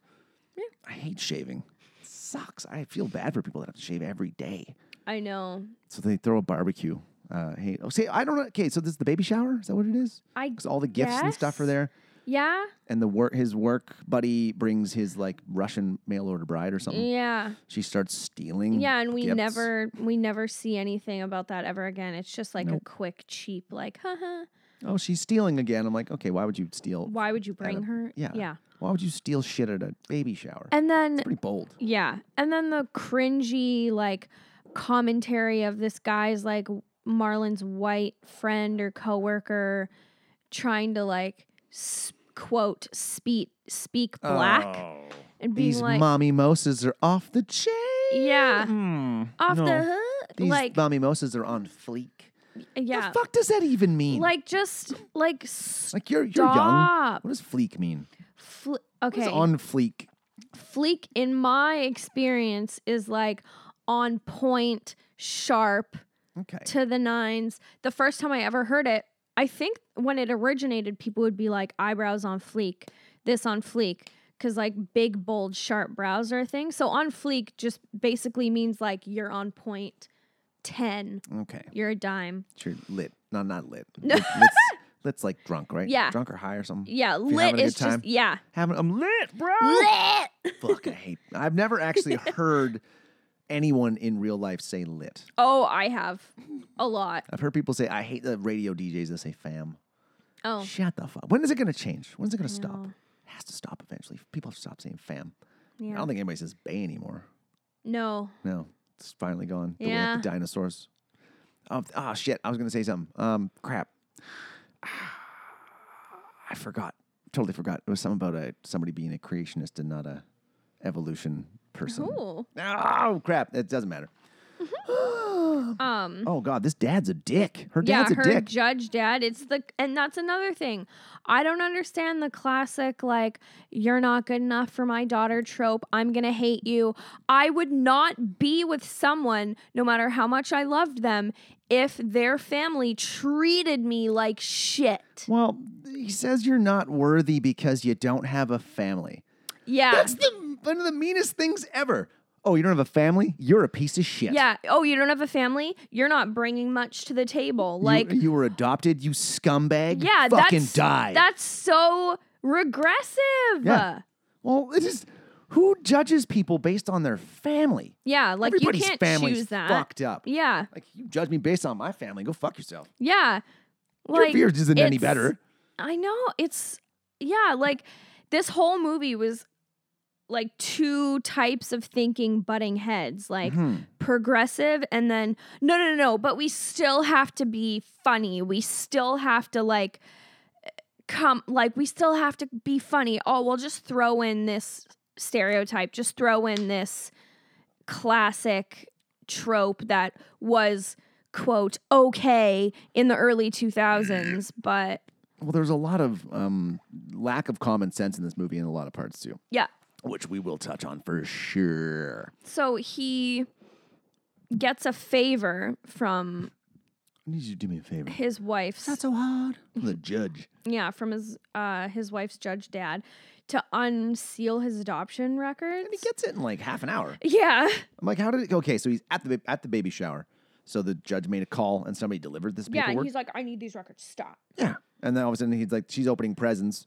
Speaker 1: I hate shaving. It sucks. I feel bad for people that have to shave every day.
Speaker 2: I know.
Speaker 1: So they throw a barbecue. Uh, hey, oh, see, I don't know. Okay, so this is the baby shower. Is that what it is?
Speaker 2: I
Speaker 1: Because all the gifts and stuff are
Speaker 2: guess.
Speaker 1: there,
Speaker 2: Yeah.
Speaker 1: and the work his work buddy brings his like Russian mail order bride or something.
Speaker 2: Yeah.
Speaker 1: She starts stealing.
Speaker 2: Mm. Yeah, and we
Speaker 1: Mm, gifts.
Speaker 2: never we never see anything about that ever again. It's just like a quick cheap like, haha.
Speaker 1: Oh, she's stealing again. I'm like, okay, why would you steal?
Speaker 2: Why would you bring
Speaker 1: a-
Speaker 2: her?
Speaker 1: Yeah.
Speaker 2: Yeah.
Speaker 1: Why would you steal shit at a baby shower?
Speaker 2: And then
Speaker 1: Pretty bold.
Speaker 2: Yeah. And then the cringy, like, commentary of this guy's, like, Marlon's white friend or coworker trying to, like, s- quote, speak, speak black and being
Speaker 1: Oh, These
Speaker 2: like,
Speaker 1: mommy moses are off the chain.
Speaker 2: yeah,
Speaker 1: Mm,
Speaker 2: off
Speaker 1: no.
Speaker 2: the hook.
Speaker 1: These
Speaker 2: Like,
Speaker 1: mommy moses are on fleek.
Speaker 2: yeah.
Speaker 1: The fuck does that even mean?
Speaker 2: Like, just, like, s
Speaker 1: like you're you're young.
Speaker 2: Stop.
Speaker 1: What does fleek mean?
Speaker 2: fl-
Speaker 1: What
Speaker 2: okay.
Speaker 1: is on fleek?
Speaker 2: Fleek, in my experience, is like on point, sharp,
Speaker 1: Okay.
Speaker 2: to the nines. The first time I ever heard it, I think when it originated, people would be like eyebrows on fleek, this on fleek, because like big, bold, sharp brows are a thing. So on fleek just basically means like you're on point 10,
Speaker 1: Okay.
Speaker 2: you're a dime.
Speaker 1: Sure. Lit. No, not lit. Lit- Lit's, lit's like drunk, right?
Speaker 2: *laughs* Yeah.
Speaker 1: Drunk or high or something.
Speaker 2: Yeah,
Speaker 1: you're
Speaker 2: lit
Speaker 1: having a
Speaker 2: is
Speaker 1: good time.
Speaker 2: just, yeah.
Speaker 1: Having I'm lit, bro.
Speaker 2: Lit!
Speaker 1: Fuck, I hate. I've never
Speaker 2: *laughs*
Speaker 1: actually heard anyone in real life say lit.
Speaker 2: Oh, I have a lot.
Speaker 1: I've heard people say I hate the radio DJs that say fam.
Speaker 2: Oh,
Speaker 1: Shut the fuck. When is it gonna change? When's it gonna stop?
Speaker 2: know.
Speaker 1: It has to stop eventually. People have to stop saying fam. I
Speaker 2: yeah.
Speaker 1: don't think anybody says bay anymore.
Speaker 2: No.
Speaker 1: No, it's finally gone. The way
Speaker 2: Yeah.
Speaker 1: of the dinosaurs. Oh, ah, shit. I was going to say something. Um, crap. *sighs* I forgot. Totally forgot. It was something about a, somebody being a creationist and not a evolution person.
Speaker 2: Ooh.
Speaker 1: Oh, crap. It doesn't matter.
Speaker 2: Um,
Speaker 1: *gasps* Oh, God. This dad's a dick. Her
Speaker 2: yeah,
Speaker 1: dad's a
Speaker 2: her
Speaker 1: dick.
Speaker 2: judge dad. It's the and that's another thing. I don't understand the classic like you're not good enough for my daughter trope. I'm going to hate you. I would not be with someone no matter how much I loved them if their family treated me like shit.
Speaker 1: well, he says you're not worthy because you don't have a family.
Speaker 2: Yeah.
Speaker 1: That's the, one of the meanest things ever. Oh, you don't have a family? You're a piece of shit.
Speaker 2: yeah. Oh, you don't have a family? You're not bringing much to the table.
Speaker 1: You-
Speaker 2: Like
Speaker 1: you, were adopted, you scumbag.
Speaker 2: yeah,
Speaker 1: fucking
Speaker 2: that's
Speaker 1: die.
Speaker 2: that's so regressive.
Speaker 1: Yeah. well, it is. Who judges people based on their family?
Speaker 2: Yeah, like
Speaker 1: Everybody's
Speaker 2: you can't
Speaker 1: family's
Speaker 2: choose that.
Speaker 1: fucked up.
Speaker 2: Yeah.
Speaker 1: Like you judge me based on my family. Go fuck yourself.
Speaker 2: Yeah.
Speaker 1: Your
Speaker 2: Like,
Speaker 1: beard isn't any
Speaker 2: it's-
Speaker 1: better.
Speaker 2: I know. It's, yeah, like this whole movie was like two types of thinking butting heads,
Speaker 1: Mm-hmm.
Speaker 2: like progressive and then, no, no, no, no, but we still have to be funny. We still have to like, come, like, we still have to be funny. Oh, we'll just throw in this stereotype, just throw in this classic trope that was quote okay in the early 2000s but
Speaker 1: Well, there's a lot of um, lack of common sense in this movie in a lot of parts too,
Speaker 2: yeah
Speaker 1: which we will touch on for sure.
Speaker 2: so he gets a favor from
Speaker 1: I need you to do me a favor.
Speaker 2: his wife's
Speaker 1: Not so hard. I'm the judge.
Speaker 2: yeah from his uh his wife's judge dad to unseal his adoption records
Speaker 1: He gets it in like half an hour.
Speaker 2: *laughs* yeah
Speaker 1: I'm like, how did it? Okay, so he's at the at the baby shower. So the judge made a call and somebody delivered this
Speaker 2: yeah
Speaker 1: paperwork.
Speaker 2: and he's like i need these records stop
Speaker 1: Yeah. And then all of a sudden he's like, she's opening presents.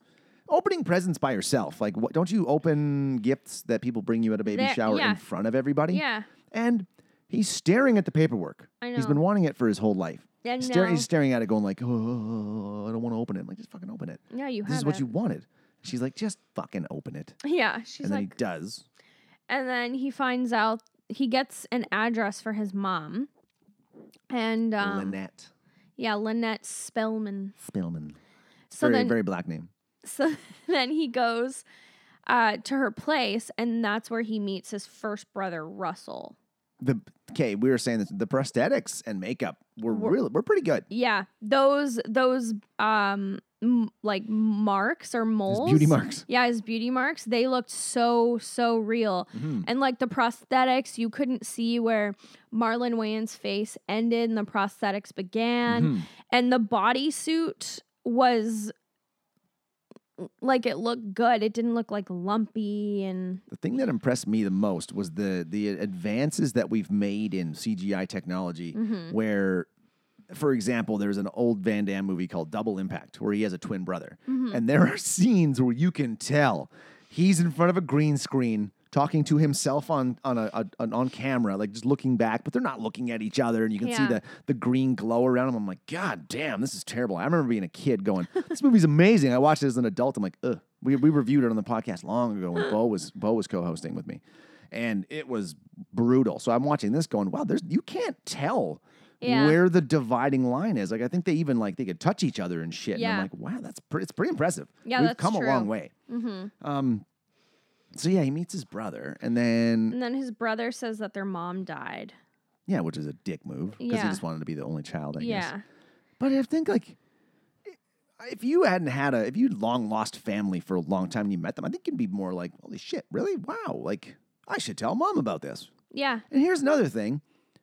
Speaker 1: Opening presents by herself. Like, what, don't you open gifts that people bring you at a baby
Speaker 2: There-
Speaker 1: shower
Speaker 2: yeah.
Speaker 1: in front of everybody?
Speaker 2: yeah
Speaker 1: And he's staring at the paperwork.
Speaker 2: I
Speaker 1: He's
Speaker 2: know.
Speaker 1: been wanting it for his whole life.
Speaker 2: I
Speaker 1: Stare-
Speaker 2: know.
Speaker 1: he's staring at it going like, oh, I don't want to open it. I'm like, just fucking open it.
Speaker 2: yeah you have
Speaker 1: This is what
Speaker 2: it.
Speaker 1: you wanted. She's like, just fucking open it.
Speaker 2: *laughs* yeah she's
Speaker 1: and then
Speaker 2: like
Speaker 1: he does.
Speaker 2: And then he finds out he gets an address for his mom. And um,
Speaker 1: Lynette.
Speaker 2: Yeah, Lynette Spellman.
Speaker 1: Spellman.
Speaker 2: So
Speaker 1: very,
Speaker 2: then
Speaker 1: very black name.
Speaker 2: so *laughs* then he goes uh, to her place and that's where he meets his first brother, Russell.
Speaker 1: The okay, we were saying that the prosthetics and makeup were
Speaker 2: Were-
Speaker 1: really we're pretty good.
Speaker 2: Yeah, those those um m- like marks or
Speaker 1: These
Speaker 2: moles.
Speaker 1: beauty marks.
Speaker 2: Yeah, his beauty marks, they looked so so real.
Speaker 1: Mhm.
Speaker 2: And like the prosthetics, you couldn't see where Marlon Wayans' face ended and the prosthetics began.
Speaker 1: Mhm.
Speaker 2: And the bodysuit was like it looked good. It didn't look like lumpy and
Speaker 1: The thing that impressed me the most was the the advances that we've made in CGI technology
Speaker 2: Mm-hmm.
Speaker 1: where for example, there's an old Van Damme movie called Double Impact where he has a twin brother.
Speaker 2: Mm-hmm.
Speaker 1: And there are *laughs* scenes where you can tell he's in front of a green screen talking to himself on on a, a- an- on camera, like just looking back, but they're not looking at each other and you can see
Speaker 2: Yeah.
Speaker 1: the the green glow around him. I'm like, God damn, this is terrible. I remember being a kid going, This movie's amazing. I watched it as an adult. I'm like, ugh. We, we reviewed it on the podcast long ago when Bo was Bo was co-hosting with me. And it was brutal. So I'm watching this going, wow, there's you can't tell
Speaker 2: Yeah.
Speaker 1: where the dividing line is. Like I think they even like they could touch each other and shit. And I'm
Speaker 2: Yeah.
Speaker 1: like, wow, that's pretty it's pretty impressive.
Speaker 2: Yeah,
Speaker 1: We've
Speaker 2: that's
Speaker 1: come a long
Speaker 2: true.
Speaker 1: way. Um so yeah, he meets his brother and then
Speaker 2: and then his brother says that their mom died.
Speaker 1: yeah, which is a dick move because he
Speaker 2: Yeah.
Speaker 1: just wanted to be the only child, I guess.
Speaker 2: Yeah.
Speaker 1: But I think like if you hadn't had a if you'd long lost family for a long time and you met them, I think you'd be more like, holy shit, really? Wow, like I should tell mom about this.
Speaker 2: Yeah.
Speaker 1: And here's another thing: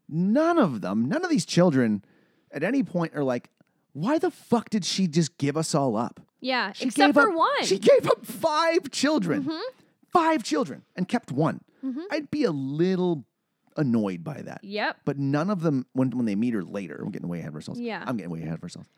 Speaker 1: none of them, none of these children, at any point are like, "Why the fuck did she just give us all up?"
Speaker 2: Yeah.
Speaker 1: She
Speaker 2: Except
Speaker 1: gave
Speaker 2: for
Speaker 1: up-
Speaker 2: one. Mm-hmm.
Speaker 1: She gave up five children, five children, and kept one. I'd be a little annoyed by that.
Speaker 2: yep.
Speaker 1: But none of them, when, when they meet her later, we're getting way ahead of ourselves.
Speaker 2: Yeah.
Speaker 1: I'm getting way ahead of ourselves.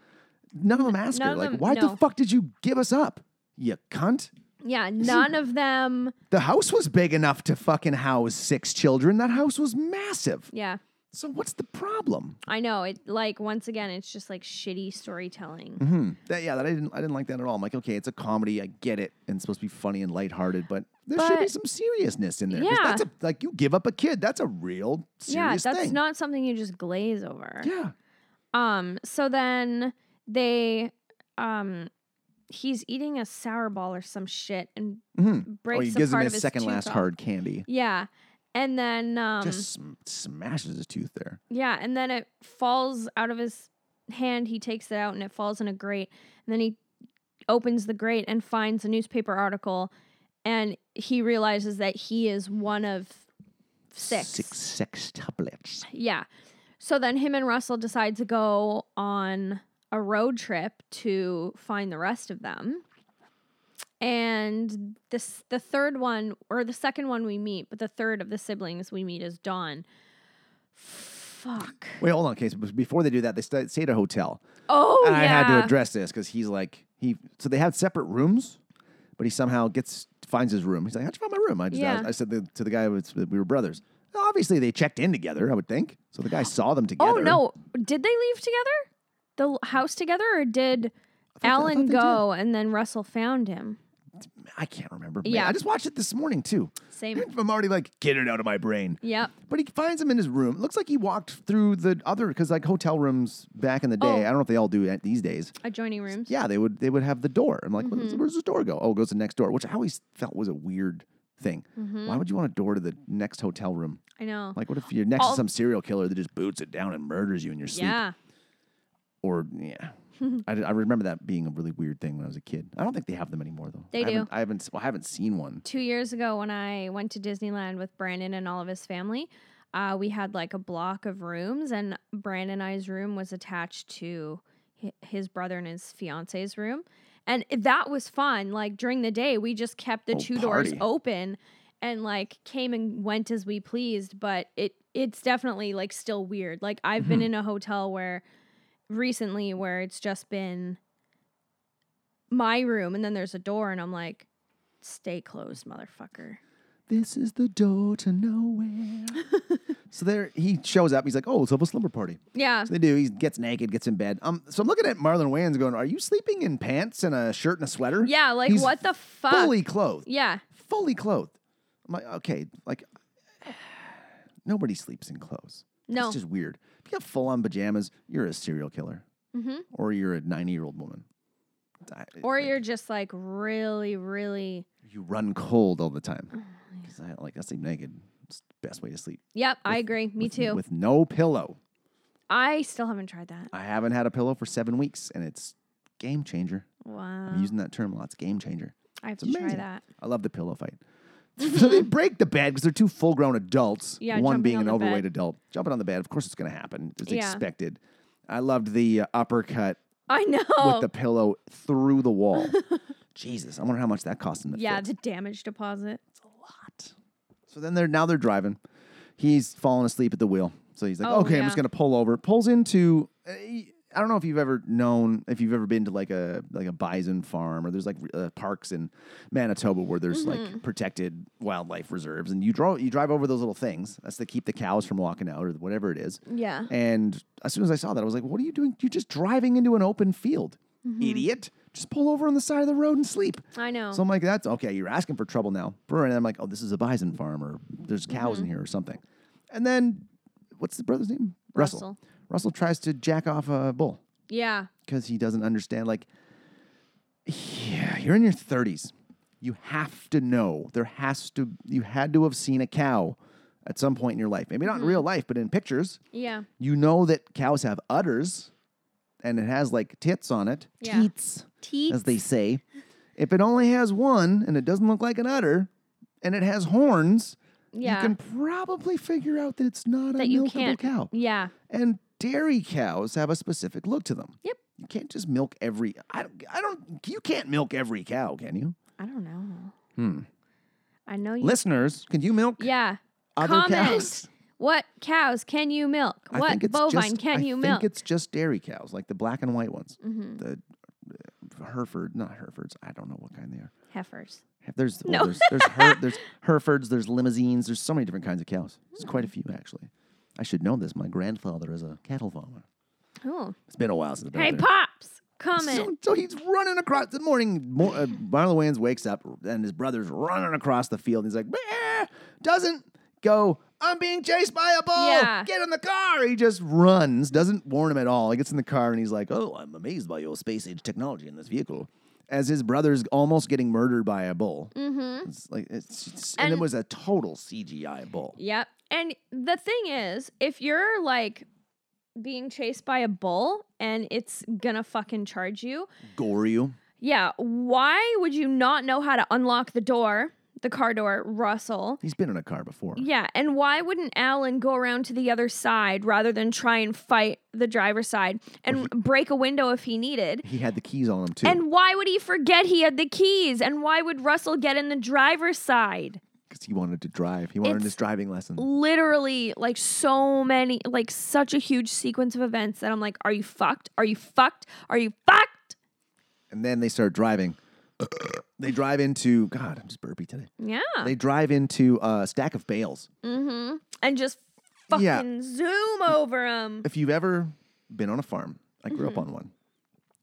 Speaker 1: None of them ask
Speaker 2: none
Speaker 1: her,
Speaker 2: of
Speaker 1: like,
Speaker 2: them-
Speaker 1: why the
Speaker 2: no.
Speaker 1: fuck did you give us up? You cunt. *laughs*
Speaker 2: Yeah. None of them.
Speaker 1: The house was big enough to fucking house six children. That house was massive.
Speaker 2: Yeah.
Speaker 1: So what's the problem?
Speaker 2: I know. It like once again, it's just like shitty storytelling.
Speaker 1: Hmm. That, yeah, that I didn't I didn't like that at all. I'm like, okay, it's a comedy, I get it, and it's supposed to be funny and lighthearted, but there should be
Speaker 2: But-
Speaker 1: some seriousness in there. 'cause
Speaker 2: Yeah.
Speaker 1: That's a, like you give up a kid. That's a real
Speaker 2: Yeah,
Speaker 1: serious
Speaker 2: that's
Speaker 1: thing.
Speaker 2: not something you just glaze over.
Speaker 1: yeah.
Speaker 2: Um, so then they um he's eating a sour ball or some shit and
Speaker 1: Mhm.
Speaker 2: breaks
Speaker 1: oh, he
Speaker 2: a
Speaker 1: gives him
Speaker 2: part
Speaker 1: his
Speaker 2: of
Speaker 1: second
Speaker 2: tooth
Speaker 1: last
Speaker 2: off.
Speaker 1: hard candy.
Speaker 2: Yeah. And then um
Speaker 1: Just sm- smashes his tooth there.
Speaker 2: yeah, and then it falls out of his hand, he takes it out and it falls in a grate. And then he opens the grate and finds a newspaper article and he realizes that he is one of six.
Speaker 1: Six sextuplets.
Speaker 2: Yeah. So then him and Russell decide to go on a road trip to find the rest of them. And this the third one or the second one we meet, but the third of the siblings we meet is Dawn. Fuck.
Speaker 1: Wait, hold on, Case. but Before they do that, they sta- stay at a hotel.
Speaker 2: Oh
Speaker 1: and
Speaker 2: yeah.
Speaker 1: I had to address this because he's like he. So they had separate rooms, but he somehow gets finds his room. He's like, "How'd you find my room?" I just
Speaker 2: Yeah.
Speaker 1: I, said to, to the guy "It's- that we were brothers. Obviously, they checked in together. I would think so.
Speaker 2: *gasps*
Speaker 1: The guy saw them together.
Speaker 2: oh no. Did they leave together? The l- house together or did
Speaker 1: I thought
Speaker 2: Alan
Speaker 1: they
Speaker 2: go and then Russell found him?
Speaker 1: I can't remember. Man,
Speaker 2: Yeah.
Speaker 1: I just watched it this morning too.
Speaker 2: Same.
Speaker 1: *laughs* I'm already like, get it out of my brain.
Speaker 2: Yep.
Speaker 1: But he finds him in his room. Looks like he walked through the other because like hotel rooms back in the day.
Speaker 2: Oh.
Speaker 1: I don't know if they all do that these days.
Speaker 2: Adjoining rooms.
Speaker 1: yeah, they would they would have the door. I'm like,
Speaker 2: Mm-hmm.
Speaker 1: where's, where's the door go? Oh, it goes to the next door, which I always felt was a weird thing. Why would you want a door to the next hotel room?
Speaker 2: Mm-hmm. I know.
Speaker 1: Like, what if you're next to
Speaker 2: All-
Speaker 1: some serial killer that just boots it down and murders you in your sleep?
Speaker 2: yeah.
Speaker 1: Or
Speaker 2: *laughs*
Speaker 1: yeah, I, I remember that being a really weird thing when I was a kid. I don't think they have them anymore though.
Speaker 2: They
Speaker 1: I haven't-
Speaker 2: do.
Speaker 1: I haven't. Well, I haven't seen one.
Speaker 2: two years ago when I went to Disneyland with Brandon and all of his family, uh, we had like a block of rooms, and Brandon and I's room was attached to hi- his brother and his fiance's room. And it- that was fun. Like during the day, we just kept the
Speaker 1: Oh,
Speaker 2: two
Speaker 1: party.
Speaker 2: doors open and like came and went as we pleased. But it it's definitely like still weird. Like I've been
Speaker 1: Mm-hmm.
Speaker 2: in a hotel where recently where it's just been my room and then there's a door and I'm like, stay closed, motherfucker.
Speaker 1: This is the door to
Speaker 2: *laughs*
Speaker 1: nowhere. so there, he shows up. He's like, "Oh, let's have a slumber party."
Speaker 2: Yeah.
Speaker 1: So they do. He gets naked, gets in bed. Um, so I'm looking at Marlon Wayans, going, "Are you sleeping in pants and a shirt and a sweater?"
Speaker 2: Yeah, like
Speaker 1: He's
Speaker 2: what the fuck?
Speaker 1: fully clothed,
Speaker 2: yeah.
Speaker 1: fully clothed. I'm like, okay, like *sighs* nobody sleeps in clothes.
Speaker 2: No.
Speaker 1: it's just weird. If you got full on pajamas, you're a serial killer. or you're a 90 year old woman. I-
Speaker 2: Mm-hmm. Or you're just like really, really.
Speaker 1: you run cold all the time. Because I like I sleep naked. It's the best way to sleep.
Speaker 2: Yep, I agree. Me
Speaker 1: With-
Speaker 2: too.
Speaker 1: With no pillow.
Speaker 2: I still haven't tried that.
Speaker 1: I haven't had a pillow for seven weeks, and it's game changer.
Speaker 2: Wow.
Speaker 1: I'm using that term a lot. It's game changer.
Speaker 2: I have
Speaker 1: Mm-hmm. It's
Speaker 2: to Oh. try
Speaker 1: amazing.
Speaker 2: that.
Speaker 1: I love the pillow
Speaker 2: *laughs*
Speaker 1: fight. so they break the bed because they're two full grown adults.
Speaker 2: Yeah,
Speaker 1: one
Speaker 2: jumping
Speaker 1: being
Speaker 2: on
Speaker 1: an
Speaker 2: the bed.
Speaker 1: overweight adult jumping on the bed. Of course, it's going to happen. It's
Speaker 2: Yeah.
Speaker 1: expected. I loved the uh, uppercut
Speaker 2: I know.
Speaker 1: with the pillow through the wall. Jesus, I wonder how much that cost him. To
Speaker 2: yeah,
Speaker 1: fix.
Speaker 2: the damage deposit.
Speaker 1: So then they're now they're driving. He's fallen asleep at the wheel. So he's like,
Speaker 2: Oh,
Speaker 1: okay, I'm
Speaker 2: yeah.
Speaker 1: just gonna pull over. Pulls into. uh, y- I don't know if you've ever known if you've ever been to like a like a bison farm or there's like uh, parks in Manitoba where there's
Speaker 2: Mm-hmm.
Speaker 1: like protected wildlife reserves and you draw you drive over those little things that's to keep the cows from walking out or whatever it is.
Speaker 2: Yeah.
Speaker 1: And as soon as I saw that, I was like, "What are you doing? You're just driving into an open field,
Speaker 2: Mm-hmm.
Speaker 1: idiot! Just pull over on the side of the road and sleep."
Speaker 2: I know.
Speaker 1: So I'm like, that's okay. You're asking for trouble now. And I'm like, oh, this is a bison farm, or there's cows in here, or something. And then, what's the brother's name? Russell. Russell,
Speaker 2: Russell.
Speaker 1: tries to jack off a bull
Speaker 2: yeah.
Speaker 1: because he doesn't understand. Like, yeah, you're in your 30s. You have to know. There has to. You had to have seen a cow at some point in your life. Maybe not in real life, but in pictures.
Speaker 2: Yeah.
Speaker 1: You know that cows have udders, and it has like tits on it.
Speaker 2: Yeah.
Speaker 1: Teats
Speaker 2: Teeth.
Speaker 1: as they say. If it only has one and it doesn't look like an udder and it has horns,
Speaker 2: Yeah.
Speaker 1: you can probably figure out that it's not a
Speaker 2: that you
Speaker 1: milkable
Speaker 2: can't.
Speaker 1: cow.
Speaker 2: Yeah.
Speaker 1: And dairy cows have a specific look to them.
Speaker 2: Yep.
Speaker 1: You can't just milk every I don't I don't you can't milk every cow, can you?
Speaker 2: I don't know. Hmm. I know you.
Speaker 1: Listeners, can you milk
Speaker 2: yeah.
Speaker 1: other
Speaker 2: Comment.
Speaker 1: cows?
Speaker 2: What cows can you milk?
Speaker 1: I
Speaker 2: what
Speaker 1: think it's
Speaker 2: bovine
Speaker 1: just-
Speaker 2: can
Speaker 1: I
Speaker 2: you
Speaker 1: think
Speaker 2: milk? Mm-hmm.
Speaker 1: it's just dairy cows, like the black and white ones. The uh, Hereford, not Herefords. I don't know what kind they are.
Speaker 2: Heifers.
Speaker 1: Have- There's well, there's there's, her,
Speaker 2: *laughs*
Speaker 1: there's Herefords, there's limousines, there's so many different kinds of cows. There's quite a
Speaker 2: Hmm.
Speaker 1: few actually. I should know this. My grandfather is a cattle farmer.
Speaker 2: Oh.
Speaker 1: It's been a while since I've been
Speaker 2: Hey,
Speaker 1: out
Speaker 2: pops.
Speaker 1: there.
Speaker 2: Comment.
Speaker 1: So, so he's running across the morning. Mo- uh, Marlon Wayans wakes up and his brother's running across the field. He's like, "Bah!" doesn't go. I'm being chased by a bull.
Speaker 2: Yeah.
Speaker 1: Get in the car. He just runs. Doesn't warn him at all. He gets in the car and he's like, "Oh, I'm amazed by your space age technology in this vehicle." As his brother's almost getting murdered by a bull.
Speaker 2: mm-hmm.
Speaker 1: It's like it's, it's- and, it
Speaker 2: And-
Speaker 1: was a total CGI bull.
Speaker 2: Yep. And the thing is, if you're like being chased by a bull and it's gonna fucking charge you,
Speaker 1: Gore you.
Speaker 2: yeah, why would you not know how to unlock the door, the car door, Russell?
Speaker 1: He's been in a car before.
Speaker 2: Yeah, and why wouldn't Alan go around to the other side rather than try and fight the driver's side and
Speaker 1: Mm-hmm.
Speaker 2: break a window if he needed?
Speaker 1: He had the keys on him too.
Speaker 2: And why would he forget he had the keys? And why would Russell get in the driver's side?
Speaker 1: Because he wanted to drive. He wanted
Speaker 2: It's-
Speaker 1: his driving lesson.
Speaker 2: literally like so many like such a huge sequence of events that I'm like, are you fucked? Are you fucked? Are you fucked?
Speaker 1: And then they start driving. *coughs* they drive into God, I'm just burpy today.
Speaker 2: Yeah.
Speaker 1: They drive into a stack of bales.
Speaker 2: mm-hmm. And just fucking
Speaker 1: Yeah.
Speaker 2: zoom over them.
Speaker 1: If you've ever been on a farm, I grew
Speaker 2: Mm-hmm.
Speaker 1: up on one.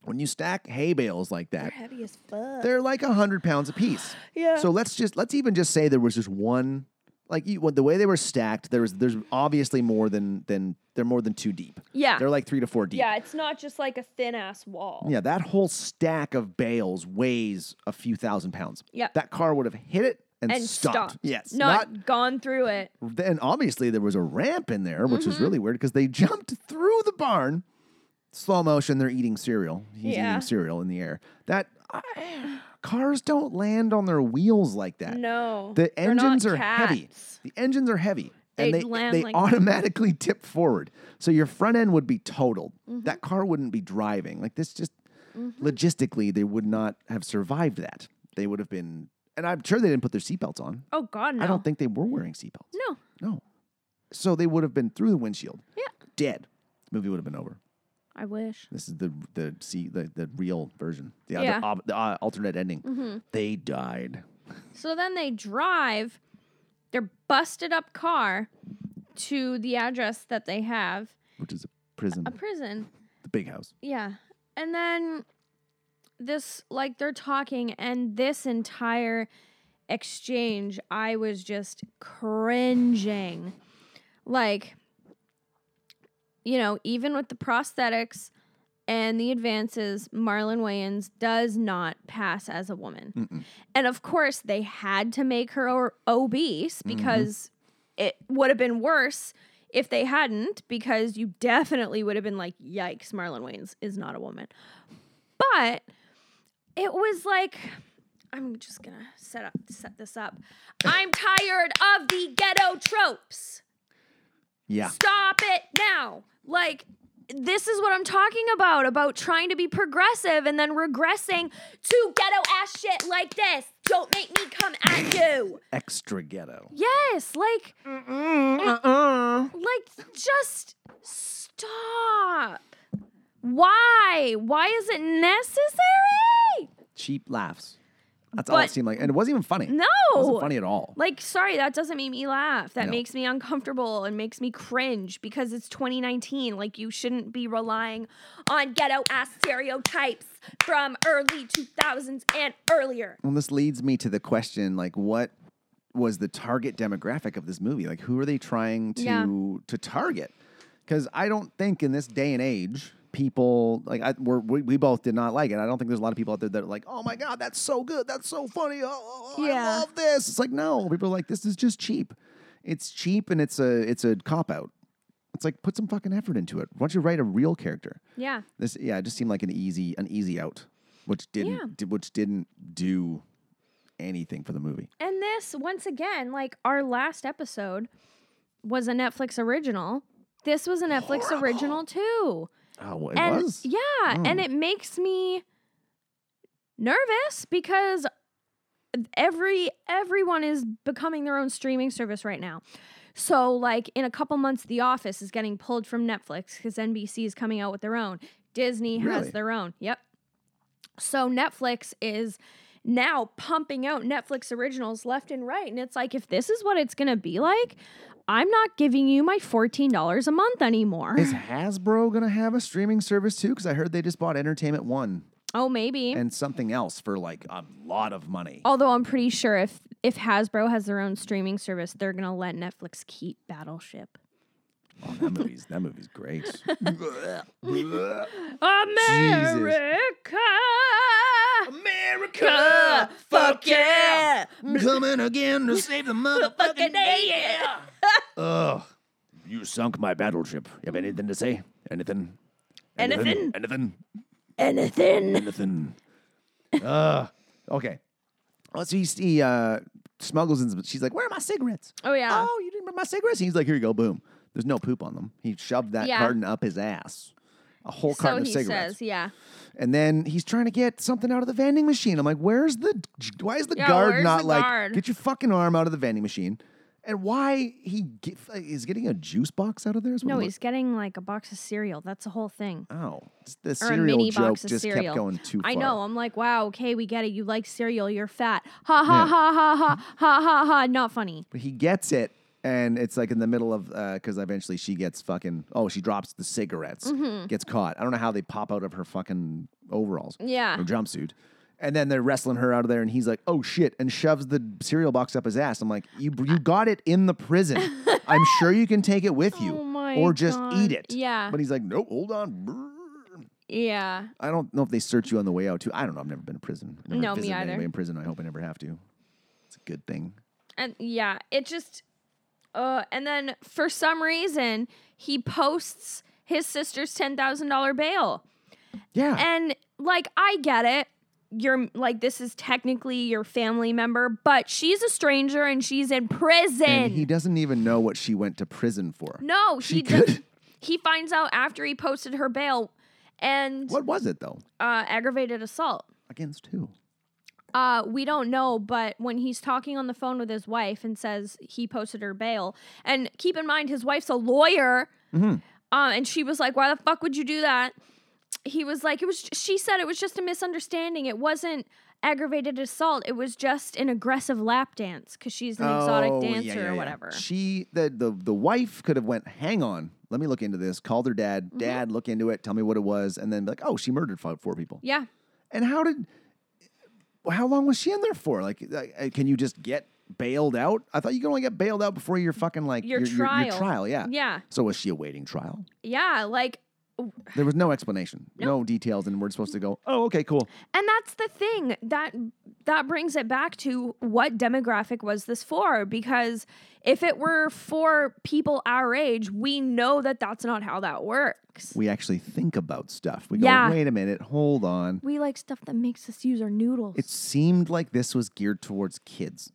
Speaker 1: When you stack hay bales like that,
Speaker 2: Heavy as fuck.
Speaker 1: they're like hundred pounds apiece.
Speaker 2: Yeah.
Speaker 1: So let's just let's even just say there was just one, like you, the way they were stacked. There was there's obviously more than than they're more than two deep.
Speaker 2: Yeah.
Speaker 1: they're like three to four deep.
Speaker 2: yeah, it's not just like a thin ass wall.
Speaker 1: Yeah, that whole stack of bales weighs a few thousand pounds.
Speaker 2: Yep.
Speaker 1: that car would have hit it and,
Speaker 2: And
Speaker 1: stopped.
Speaker 2: stopped.
Speaker 1: Yes,
Speaker 2: Not, gone through it.
Speaker 1: not then. Obviously, there was a ramp in there, which
Speaker 2: Mm-hmm.
Speaker 1: is really weird because they jumped through the barn. Slow motion, they're eating cereal. He's
Speaker 2: Yeah.
Speaker 1: eating cereal in the air. That I- cars don't land on their wheels like that.
Speaker 2: No.
Speaker 1: Uh, The
Speaker 2: They're not
Speaker 1: engines are heavy.
Speaker 2: cats.
Speaker 1: The engines are heavy. and
Speaker 2: They
Speaker 1: they,
Speaker 2: land
Speaker 1: they
Speaker 2: like-
Speaker 1: automatically tip forward. So your front end would be totaled.
Speaker 2: Mm-hmm.
Speaker 1: That car wouldn't be driving. Like this just logistically, they would not have survived that. They would have been and I'm sure they didn't put their seatbelts on.
Speaker 2: Oh god, no.
Speaker 1: I don't think they were wearing seatbelts.
Speaker 2: No.
Speaker 1: No. So they would have been through the windshield.
Speaker 2: Yeah.
Speaker 1: Dead. Movie would have been over.
Speaker 2: I wish.
Speaker 1: This is the the see the, the real version. The, other
Speaker 2: Yeah. Mm-hmm.
Speaker 1: ob- the uh, alternate ending. They died.
Speaker 2: So then they drive their busted up car to the address that they have,
Speaker 1: Which is a prison.
Speaker 2: a prison.
Speaker 1: the big house.
Speaker 2: Yeah. And then this, like, they're talking, and this entire exchange, I was just cringing. Like, you know, even with the prosthetics, and the advances, Marlon Wayans does not pass as a woman. And of course, they had to make her o- obese because it would have been worse if they hadn't, because you definitely would have been like, yikes, Marlon Wayans is not a woman. But it was like, I'm just gonna set up set this up. I'm tired of the ghetto tropes.
Speaker 1: Yeah.
Speaker 2: Stop it now. Like, this is what I'm talking about about trying to be progressive and then regressing to ghetto ass shit like this. Don't make me come at you.
Speaker 1: Extra ghetto.
Speaker 2: Yes, like, like just stop. Why? Why is it necessary?
Speaker 1: Cheap laughs. That's all it
Speaker 2: But-
Speaker 1: seemed like. And it wasn't even funny.
Speaker 2: No.
Speaker 1: It wasn't funny at all.
Speaker 2: Like, sorry, that doesn't make me laugh. That
Speaker 1: No.
Speaker 2: makes me uncomfortable and makes me cringe because it's 2019. Like, you shouldn't be relying on ghetto ass stereotypes from early 2000s and earlier.
Speaker 1: Well, this leads me to the question like, what was the target demographic of this movie? Like, who are they trying to
Speaker 2: Yeah.
Speaker 1: to target? Because I don't think in this day and age, people like I, we're, we we both did not like it. I don't think there's a lot of people out there that are like, oh my god, that's so good, that's so funny, oh, oh, oh,
Speaker 2: Yeah.
Speaker 1: I love this. It's like no, people are like, this is just cheap. It's cheap and it's a it's a cop out. It's like put some fucking effort into it. Why don't you write a real character?
Speaker 2: Yeah.
Speaker 1: This yeah, it just seemed like an easy an easy out, which didn't
Speaker 2: Yeah.
Speaker 1: di- which didn't do anything for the movie.
Speaker 2: And this, once again, like our last episode was a Netflix original. This was a Netflix original too.
Speaker 1: Oh, well, it
Speaker 2: and
Speaker 1: was. Hmm.
Speaker 2: yeah, and it makes me nervous because every everyone is becoming their own streaming service right now. So like in a couple months the office is getting pulled from Netflix cuz NBC is coming out with their own. Disney
Speaker 1: Really?
Speaker 2: has their own. Yep. So Netflix is now pumping out Netflix originals left and right. And it's like, if this is what it's going to be like, I'm not giving you my $14 a month anymore.
Speaker 1: Is Hasbro gonna have a streaming service too? Because I heard they just bought Entertainment One
Speaker 2: oh, maybe.
Speaker 1: and something else for like a lot of money.
Speaker 2: Although I'm pretty sure if if Hasbro has their own streaming service, they're gonna let Netflix keep Battleship.
Speaker 1: Oh, that movie's that movie's great.
Speaker 2: *laughs* America,
Speaker 1: America, fuck yeah, I'm coming again to save the motherfucking day.
Speaker 2: yeah.
Speaker 1: Ugh, you sunk my battleship. You have anything to say? Anything?
Speaker 2: Anything?
Speaker 1: Anything?
Speaker 2: Anything.
Speaker 1: Anything? uh, okay. Oh, so he, he uh, smuggles in. Some, she's like, "Where are my cigarettes?"
Speaker 2: Oh yeah.
Speaker 1: Oh, you didn't bring my cigarettes? And he's like, here you go, boom. There's no poop on them. He shoved that
Speaker 2: Yeah.
Speaker 1: carton up his ass. A whole
Speaker 2: so
Speaker 1: carton
Speaker 2: he
Speaker 1: of cigarettes.
Speaker 2: says, yeah.
Speaker 1: And then he's trying to get something out of the vending machine. I'm like, where's the why is the
Speaker 2: Yeah,
Speaker 1: guard
Speaker 2: where's
Speaker 1: not
Speaker 2: the
Speaker 1: like
Speaker 2: guard?
Speaker 1: get your fucking arm out of the vending machine? And why he get, is getting a juice box out of there? is what
Speaker 2: No,
Speaker 1: I'm
Speaker 2: he's getting like a box of cereal. That's the whole thing.
Speaker 1: like, oh, It's the
Speaker 2: Or a
Speaker 1: cereal
Speaker 2: mini
Speaker 1: joke
Speaker 2: box of
Speaker 1: just
Speaker 2: cereal.
Speaker 1: kept going too far.
Speaker 2: I know. I'm like, wow, okay, we get it. You like cereal, you're fat. Ha ha ha ha ha ha ha ha. Not funny.
Speaker 1: But he gets it, and it's like in the middle of because eventually she gets fucking oh she drops the cigarettes,
Speaker 2: Mm-hmm.
Speaker 1: gets caught. I don't know how they pop out of her fucking overalls,
Speaker 2: Yeah.
Speaker 1: or jumpsuit. And then they're wrestling her out of there, and he's like, "Oh shit!" and shoves the cereal box up his ass. I'm like, "You you got it in the
Speaker 2: *laughs*
Speaker 1: prison. I'm sure you can take it with you,
Speaker 2: Oh my
Speaker 1: or just
Speaker 2: God.
Speaker 1: eat it."
Speaker 2: Yeah.
Speaker 1: But he's like, "Nope, hold on."
Speaker 2: Yeah.
Speaker 1: I don't know if they search you on the way out too. I don't know. I've never been to prison. I've never
Speaker 2: No, me
Speaker 1: visited
Speaker 2: either.
Speaker 1: anybody in prison. I hope I never have to. It's a good thing.
Speaker 2: and yeah, it just uh and then for some reason he posts his sister's $10,000 bail.
Speaker 1: Yeah.
Speaker 2: And like I get it. You're like this is technically your family member, but she's a stranger and she's in prison.
Speaker 1: and he doesn't even know what she went to prison for.
Speaker 2: no,
Speaker 1: she
Speaker 2: he
Speaker 1: could-
Speaker 2: *laughs* did he finds out after he posted her bail and uh
Speaker 1: What was it though?
Speaker 2: aggravated assault.
Speaker 1: Against who?
Speaker 2: Uh, we don't know, but when he's talking on the phone with his wife and says he posted her bail, and keep in mind his wife's a lawyer,
Speaker 1: Mm-hmm.
Speaker 2: uh, and she was like, "Why the fuck would you do that?" He was like, "It was." She said it was just a misunderstanding. It wasn't aggravated assault. It was just an aggressive lap dance because she's an exotic
Speaker 1: Oh, yeah,
Speaker 2: dancer
Speaker 1: yeah, yeah.
Speaker 2: or whatever.
Speaker 1: She the, the the wife could have went, hang on, let me look into this. Called her dad.
Speaker 2: Mm-hmm.
Speaker 1: Dad, look into it. Tell me what it was, and then be like, oh, she murdered five, four people.
Speaker 2: yeah,
Speaker 1: And how did? How long was she in there for? Like, uh, can you just get bailed out? I thought you could only get bailed out before your fucking like
Speaker 2: Your
Speaker 1: your, your
Speaker 2: trial.
Speaker 1: trial, yeah.
Speaker 2: yeah,
Speaker 1: So was she awaiting trial?
Speaker 2: yeah. Like
Speaker 1: There was no explanation, no. details, and we're supposed to go, oh, okay, cool.
Speaker 2: And that's the thing that that brings it back to what demographic was this for? Because if it were for people our age, we know that that's not how that works.
Speaker 1: We actually think about stuff. We go,
Speaker 2: Yeah.
Speaker 1: wait a minute, hold on.
Speaker 2: We like stuff that makes us use our noodles,
Speaker 1: It seemed like this was geared towards kids.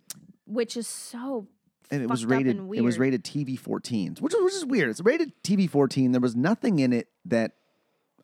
Speaker 2: which is so.
Speaker 1: and it was
Speaker 2: fucked up
Speaker 1: rated.
Speaker 2: and
Speaker 1: It was
Speaker 2: weird.
Speaker 1: rated TV 14, which is which is weird. It's rated TV 14. There was nothing in it that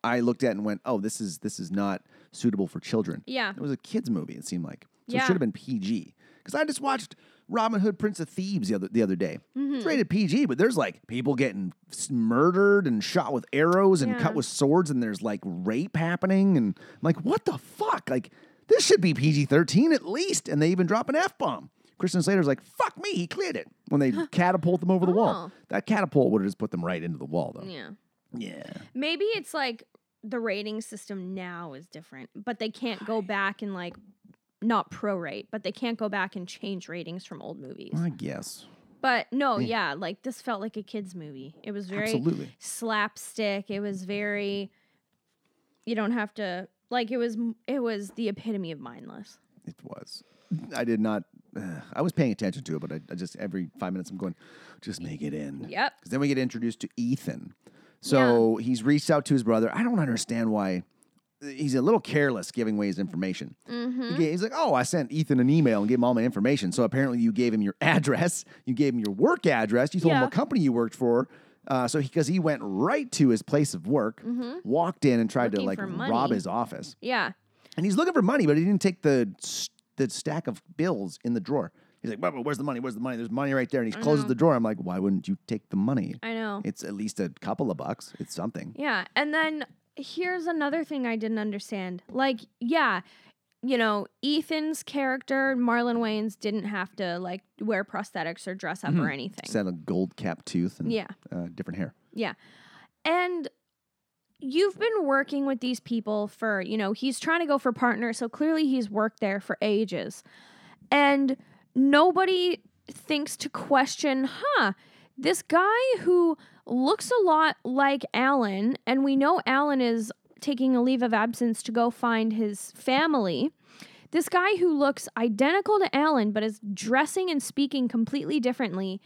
Speaker 1: I looked at and went, "Oh, this is this is not suitable for children."
Speaker 2: Yeah.
Speaker 1: it was a kids movie. It seemed like so it
Speaker 2: Yeah.
Speaker 1: should have been PG. Because I just watched Robin Hood, Prince of Thieves the other the other day.
Speaker 2: Mm-hmm.
Speaker 1: It's rated PG, but there's like people getting s- murdered and shot with arrows and cut
Speaker 2: Yeah.
Speaker 1: with swords, and there's like rape happening, and I'm like what the fuck? Like this should be PG thirteen at least, and they even drop an f bomb. Christian Slater's like, "Fuck me," he cleared it when
Speaker 2: *laughs*
Speaker 1: they catapult them over the wall.
Speaker 2: Oh.
Speaker 1: That catapult would have just put them right into the wall, though.
Speaker 2: Yeah.
Speaker 1: Yeah,
Speaker 2: Maybe it's like the rating system now is different, but they can't go back and like not prorate, but they can't go back and change ratings from old movies.
Speaker 1: I guess
Speaker 2: But no, yeah, like this felt like a kids movie. It was very
Speaker 1: absolutely.
Speaker 2: slapstick. It was very you don't have to like it was it was the epitome of mindless.
Speaker 1: It was. I did not. Uh, I was paying attention to it, but I, I just every five minutes I'm going, just make it in.
Speaker 2: Yep.
Speaker 1: Because then we get introduced to Ethan. So he's reached out to his brother. I don't understand why. uh, He's a little careless giving away his information.
Speaker 2: Mm-hmm.
Speaker 1: He- He's like, "Oh, I sent Ethan an email and gave him all my information. So apparently, you gave him your *laughs* address. You gave him your work address. You told him
Speaker 2: Yeah.
Speaker 1: what company you worked for. Uh, so because he, went right to his place of work, walked in and tried
Speaker 2: Looking
Speaker 1: to
Speaker 2: Mm-hmm. for
Speaker 1: like rob
Speaker 2: money.
Speaker 1: his office.
Speaker 2: Yeah.
Speaker 1: And he's looking for money, but he didn't take the s- the stack of bills in the drawer. He's like, "Whoa, whoa, "Where's the money? Where's the money? There's money right there." And he closes the drawer. I'm like, "Why wouldn't you take the money?
Speaker 2: I know.
Speaker 1: It's at least a couple of bucks. It's something."
Speaker 2: Yeah. And then here's another thing I didn't understand. Like, yeah, you know, Ethan's character, Marlon Wayans, didn't have to like wear prosthetics or dress up or anything.
Speaker 1: Set a gold cap tooth and
Speaker 2: Yeah.
Speaker 1: uh, different hair.
Speaker 2: Yeah. And you've been working with these people for, you know, he's trying to go for partner, so clearly he's worked there for ages. And nobody thinks to question, huh, this guy who looks a lot like Alan, and we know Alan is taking a leave of absence to go find his family. This guy who looks identical to Alan but is dressing and speaking completely differently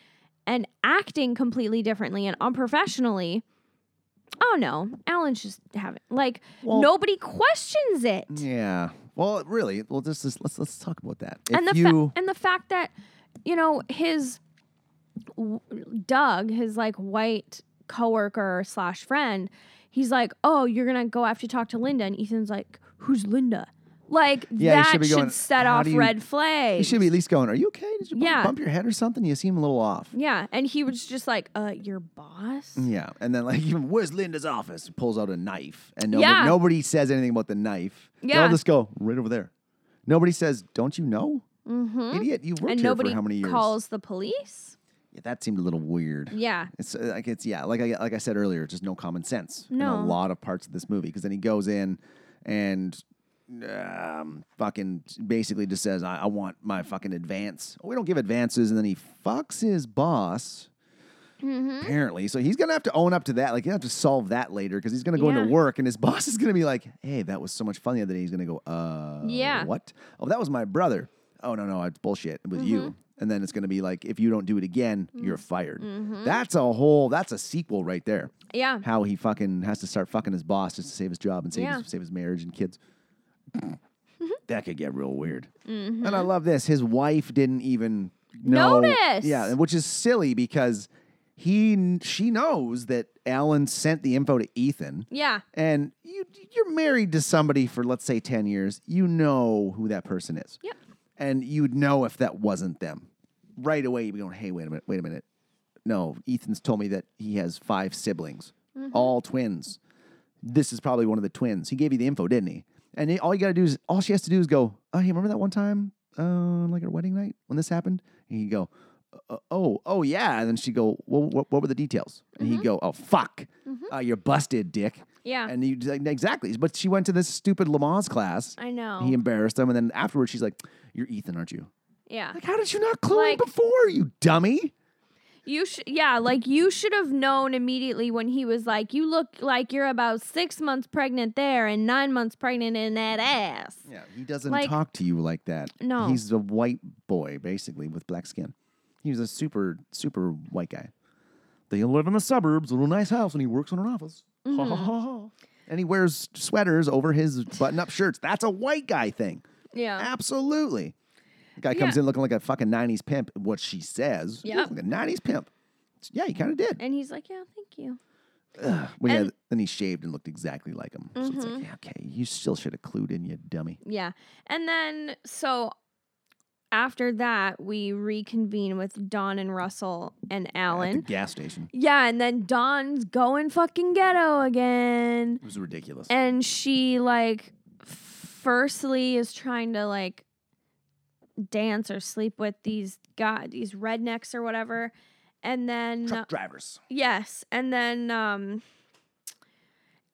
Speaker 2: and acting completely differently and unprofessionally. Oh no, Alan's just having like
Speaker 1: Well-
Speaker 2: nobody questions it.
Speaker 1: Yeah. Well, really. Well, this is let's let's talk about that. If
Speaker 2: and the
Speaker 1: you
Speaker 2: fa- and the fact that you know his w- Doug, his like white coworker slash friend, he's like, oh, you're gonna go have to talk to Linda, and Ethan's like, who's Linda? Like
Speaker 1: Yeah, he
Speaker 2: that
Speaker 1: should
Speaker 2: should,
Speaker 1: be going,
Speaker 2: set
Speaker 1: "How
Speaker 2: off
Speaker 1: do you-
Speaker 2: red
Speaker 1: you
Speaker 2: flags.
Speaker 1: should be at least going, "Are you okay? Did you bump,
Speaker 2: Yeah.
Speaker 1: bump your head or something? You seem a little off."
Speaker 2: yeah, and he was just like, uh, your boss.
Speaker 1: Yeah, and then like *laughs* even where's Linda's office? Pulls out a knife, and nobody,
Speaker 2: Yeah.
Speaker 1: nobody says anything about the knife. they
Speaker 2: Yeah.
Speaker 1: all just go right over there. Nobody says, "Don't you know,
Speaker 2: Mm-hmm.
Speaker 1: idiot? You worked
Speaker 2: And
Speaker 1: here
Speaker 2: nobody
Speaker 1: for how many years?"
Speaker 2: calls the police.
Speaker 1: Yeah, that seemed a little weird.
Speaker 2: Yeah,
Speaker 1: It's uh, like it's yeah, like I like I said earlier, just no common sense in
Speaker 2: No.
Speaker 1: a lot of parts of this movie. Because then he goes in and um, fucking basically just says, I, "I want my fucking advance." We don't give advances, and then he fucks his boss.
Speaker 2: Mm-hmm.
Speaker 1: Apparently, so he's gonna have to own up to that. Like, you have to solve that later because he's gonna go
Speaker 2: Yeah.
Speaker 1: into work, and his *laughs* boss is gonna be like, "Hey, that was so much fun the other day." He's gonna go, "Uh,
Speaker 2: Yeah.
Speaker 1: what? Oh, that was my brother. Oh no, no, it's bullshit with
Speaker 2: Mm-hmm.
Speaker 1: you. And then it's gonna be like, if you don't do it again,
Speaker 2: Mm.
Speaker 1: you're fired.
Speaker 2: Mm-hmm.
Speaker 1: That's a whole. That's a sequel right there.
Speaker 2: yeah.
Speaker 1: How he fucking has to start fucking his boss just to save his job and save
Speaker 2: Yeah. Mm-hmm.
Speaker 1: his, save his marriage and kids. that could get real weird. And I love this. His wife didn't even know,
Speaker 2: Notice!
Speaker 1: Yeah, which is silly because he she knows that Alan sent the info to Ethan
Speaker 2: Yeah.
Speaker 1: and you you're married to somebody for let's say 10 years you know who that person is
Speaker 2: Yep.
Speaker 1: and you'd know if that wasn't them right away you'd be going hey wait a minute wait a minute no ethan's told me that he has five siblings all twins this is probably one of the twins he gave you the info didn't he and it- all you gotta do is all she has to do is go oh hey remember that one time uh, like our wedding night when this happened and he'd go "Uh, oh oh yeah and then she'd go well what, what were the details and he'd go oh fuck uh, you're busted dick
Speaker 2: Yeah.
Speaker 1: and you like exactly. But she went to this stupid Lamaze class.
Speaker 2: I know.
Speaker 1: He embarrassed him, and then afterwards she's like, "You're Ethan, aren't you?"
Speaker 2: yeah.
Speaker 1: Like, how did you not clue in
Speaker 2: Like-
Speaker 1: before, you dummy?
Speaker 2: You should, yeah, like you should have known immediately when he was like, "You look like you're about six months pregnant there and nine months pregnant in that ass."
Speaker 1: Yeah, he doesn't
Speaker 2: Like-
Speaker 1: talk to you like that.
Speaker 2: No.
Speaker 1: he's a white boy basically with black skin. He was a super super white guy. They live in the suburbs, a little nice house, and he works in an office.
Speaker 2: Mm-hmm.
Speaker 1: Ha ha ha ha. And he wears sweaters over his button-up shirts. That's a white guy thing. Ah.
Speaker 2: Yeah,
Speaker 1: Absolutely. The guy comes
Speaker 2: Yeah.
Speaker 1: in looking like a fucking '90s pimp. What she says, He
Speaker 2: Yep.
Speaker 1: was like a '90s pimp. Yeah, he kind of did.
Speaker 2: and he's like, "Yeah, thank you."
Speaker 1: Well, yeah,
Speaker 2: and- Mm-hmm.
Speaker 1: then he shaved and looked exactly like him. So it's like, yeah, okay, you still should have clued in, you dummy.
Speaker 2: Yeah. And then so after that, we reconvene with Don and Russell and
Speaker 1: At the
Speaker 2: Alan.
Speaker 1: gas station,
Speaker 2: Yeah, and then Don's going fucking ghetto again.
Speaker 1: it was ridiculous.
Speaker 2: And she like firstly is trying to like dance or sleep with these god these rednecks or whatever. And then
Speaker 1: Truck drivers.
Speaker 2: Yes. And then um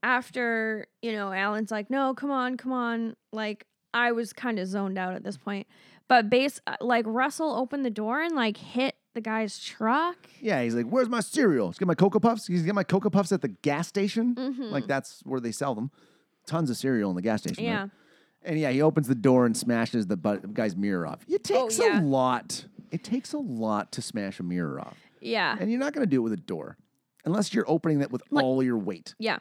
Speaker 2: after, you know, Alan's like, "No, come on, come on." Like I was kind of zoned out at this point. But base uh, like Russell opened the door and like hit the guy's truck.
Speaker 1: Yeah, he's like, "Where's my cereal? Let's get my cocoa puffs. He's get my cocoa puffs at the gas station.
Speaker 2: Mhm.
Speaker 1: Like that's where they sell them. Tons of cereal in the gas station. right?
Speaker 2: Yeah.
Speaker 1: And yeah, he opens the door and smashes the bu- guy's mirror off. It
Speaker 2: Oh,
Speaker 1: takes
Speaker 2: yeah.
Speaker 1: a lot. It takes a lot to smash a mirror off,
Speaker 2: Yeah.
Speaker 1: and you're not going to do it with a door, unless you're opening it with
Speaker 2: Like-
Speaker 1: all your weight.
Speaker 2: yeah.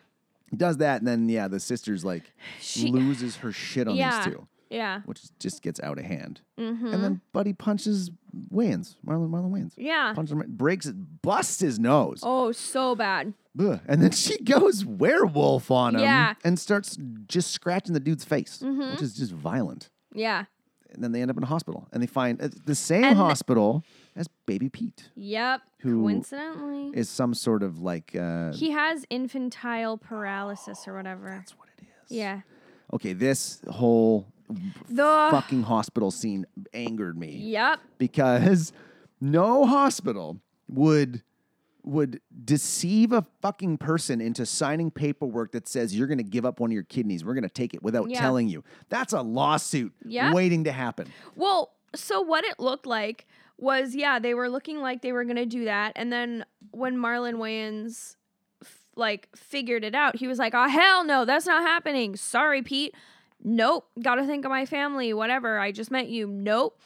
Speaker 1: He does that, and then yeah, the sister's like
Speaker 2: She
Speaker 1: *laughs* loses her shit on
Speaker 2: Yeah.
Speaker 1: these two,
Speaker 2: Yeah.
Speaker 1: which just gets out of hand.
Speaker 2: Mhm.
Speaker 1: And then Buddy punches Wayans. Marlon Marlon Wayans.
Speaker 2: yeah.
Speaker 1: Punches him, breaks it, busts his nose.
Speaker 2: Oh, so bad.
Speaker 1: Ugh. And then she goes werewolf on him
Speaker 2: Yeah. Mm-hmm.
Speaker 1: and starts just scratching the dude's face, which is just violent.
Speaker 2: Yeah.
Speaker 1: And then they end up in a hospital and they find it's the same
Speaker 2: And-
Speaker 1: hospital as Baby Pete
Speaker 2: Yep.
Speaker 1: Who
Speaker 2: Coincidentally,
Speaker 1: is some sort of like, uh,
Speaker 2: he has infantile paralysis or whatever.
Speaker 1: that's what it is.
Speaker 2: Yeah.
Speaker 1: Okay, this whole
Speaker 2: The
Speaker 1: fucking hospital scene angered me.
Speaker 2: Yep.
Speaker 1: because no hospital would would deceive a fucking person into signing paperwork that says you're going to give up one of your kidneys. We're going to take it without
Speaker 2: Yeah.
Speaker 1: telling you. That's a lawsuit
Speaker 2: Yeah.
Speaker 1: waiting to happen.
Speaker 2: Well, so what it looked like was, yeah, they were looking like they were gonna do that, and then when Marlon Wayans f- like figured it out, he was like, "Oh hell no, that's not happening. Sorry, Pete. Nope. Got to think of my family. Whatever. I just met you. Nope."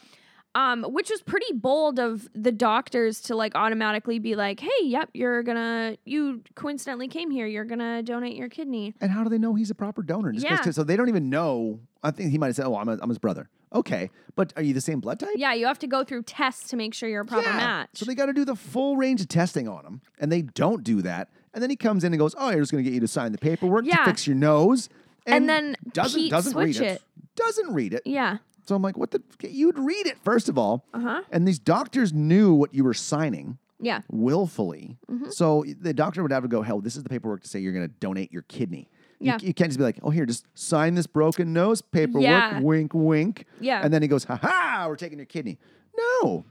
Speaker 2: Um, which was pretty bold of the doctors to like automatically be like, "Hey, yep, you're gonna you coincidentally came here. You're gonna donate your kidney."
Speaker 1: And how do they know he's a proper donor? Just 'cause-
Speaker 2: Yeah.
Speaker 1: so they don't even know. I think he might have said, "Oh, I'm, a, I'm his brother." Okay, but are you the same blood type?
Speaker 2: Yeah, you have to go through tests to make sure you're a proper
Speaker 1: Yeah.
Speaker 2: match.
Speaker 1: So they got to do the full range of testing on him, and they don't do that. And then he comes in and goes, "Oh, I'm just going to get you to sign the paperwork
Speaker 2: Yeah.
Speaker 1: to fix your nose."
Speaker 2: And then
Speaker 1: doesn't
Speaker 2: Pete
Speaker 1: doesn't read
Speaker 2: switch
Speaker 1: it.
Speaker 2: it.
Speaker 1: Doesn't read it.
Speaker 2: yeah.
Speaker 1: So I'm like, "What the? You'd read it first of all."
Speaker 2: Uh huh.
Speaker 1: And these doctors knew what you were signing
Speaker 2: Yeah.
Speaker 1: willfully.
Speaker 2: Mm-hmm.
Speaker 1: So the doctor would have to go, "Hell, this is the paperwork to say you're going to donate your kidney." You-
Speaker 2: Yeah.
Speaker 1: You, can't just be like, "Oh, here, just sign this broken nose paperwork."
Speaker 2: Yeah.
Speaker 1: Wink, wink.
Speaker 2: Yeah.
Speaker 1: And then he goes, "Ha ha! We're taking your kidney." No.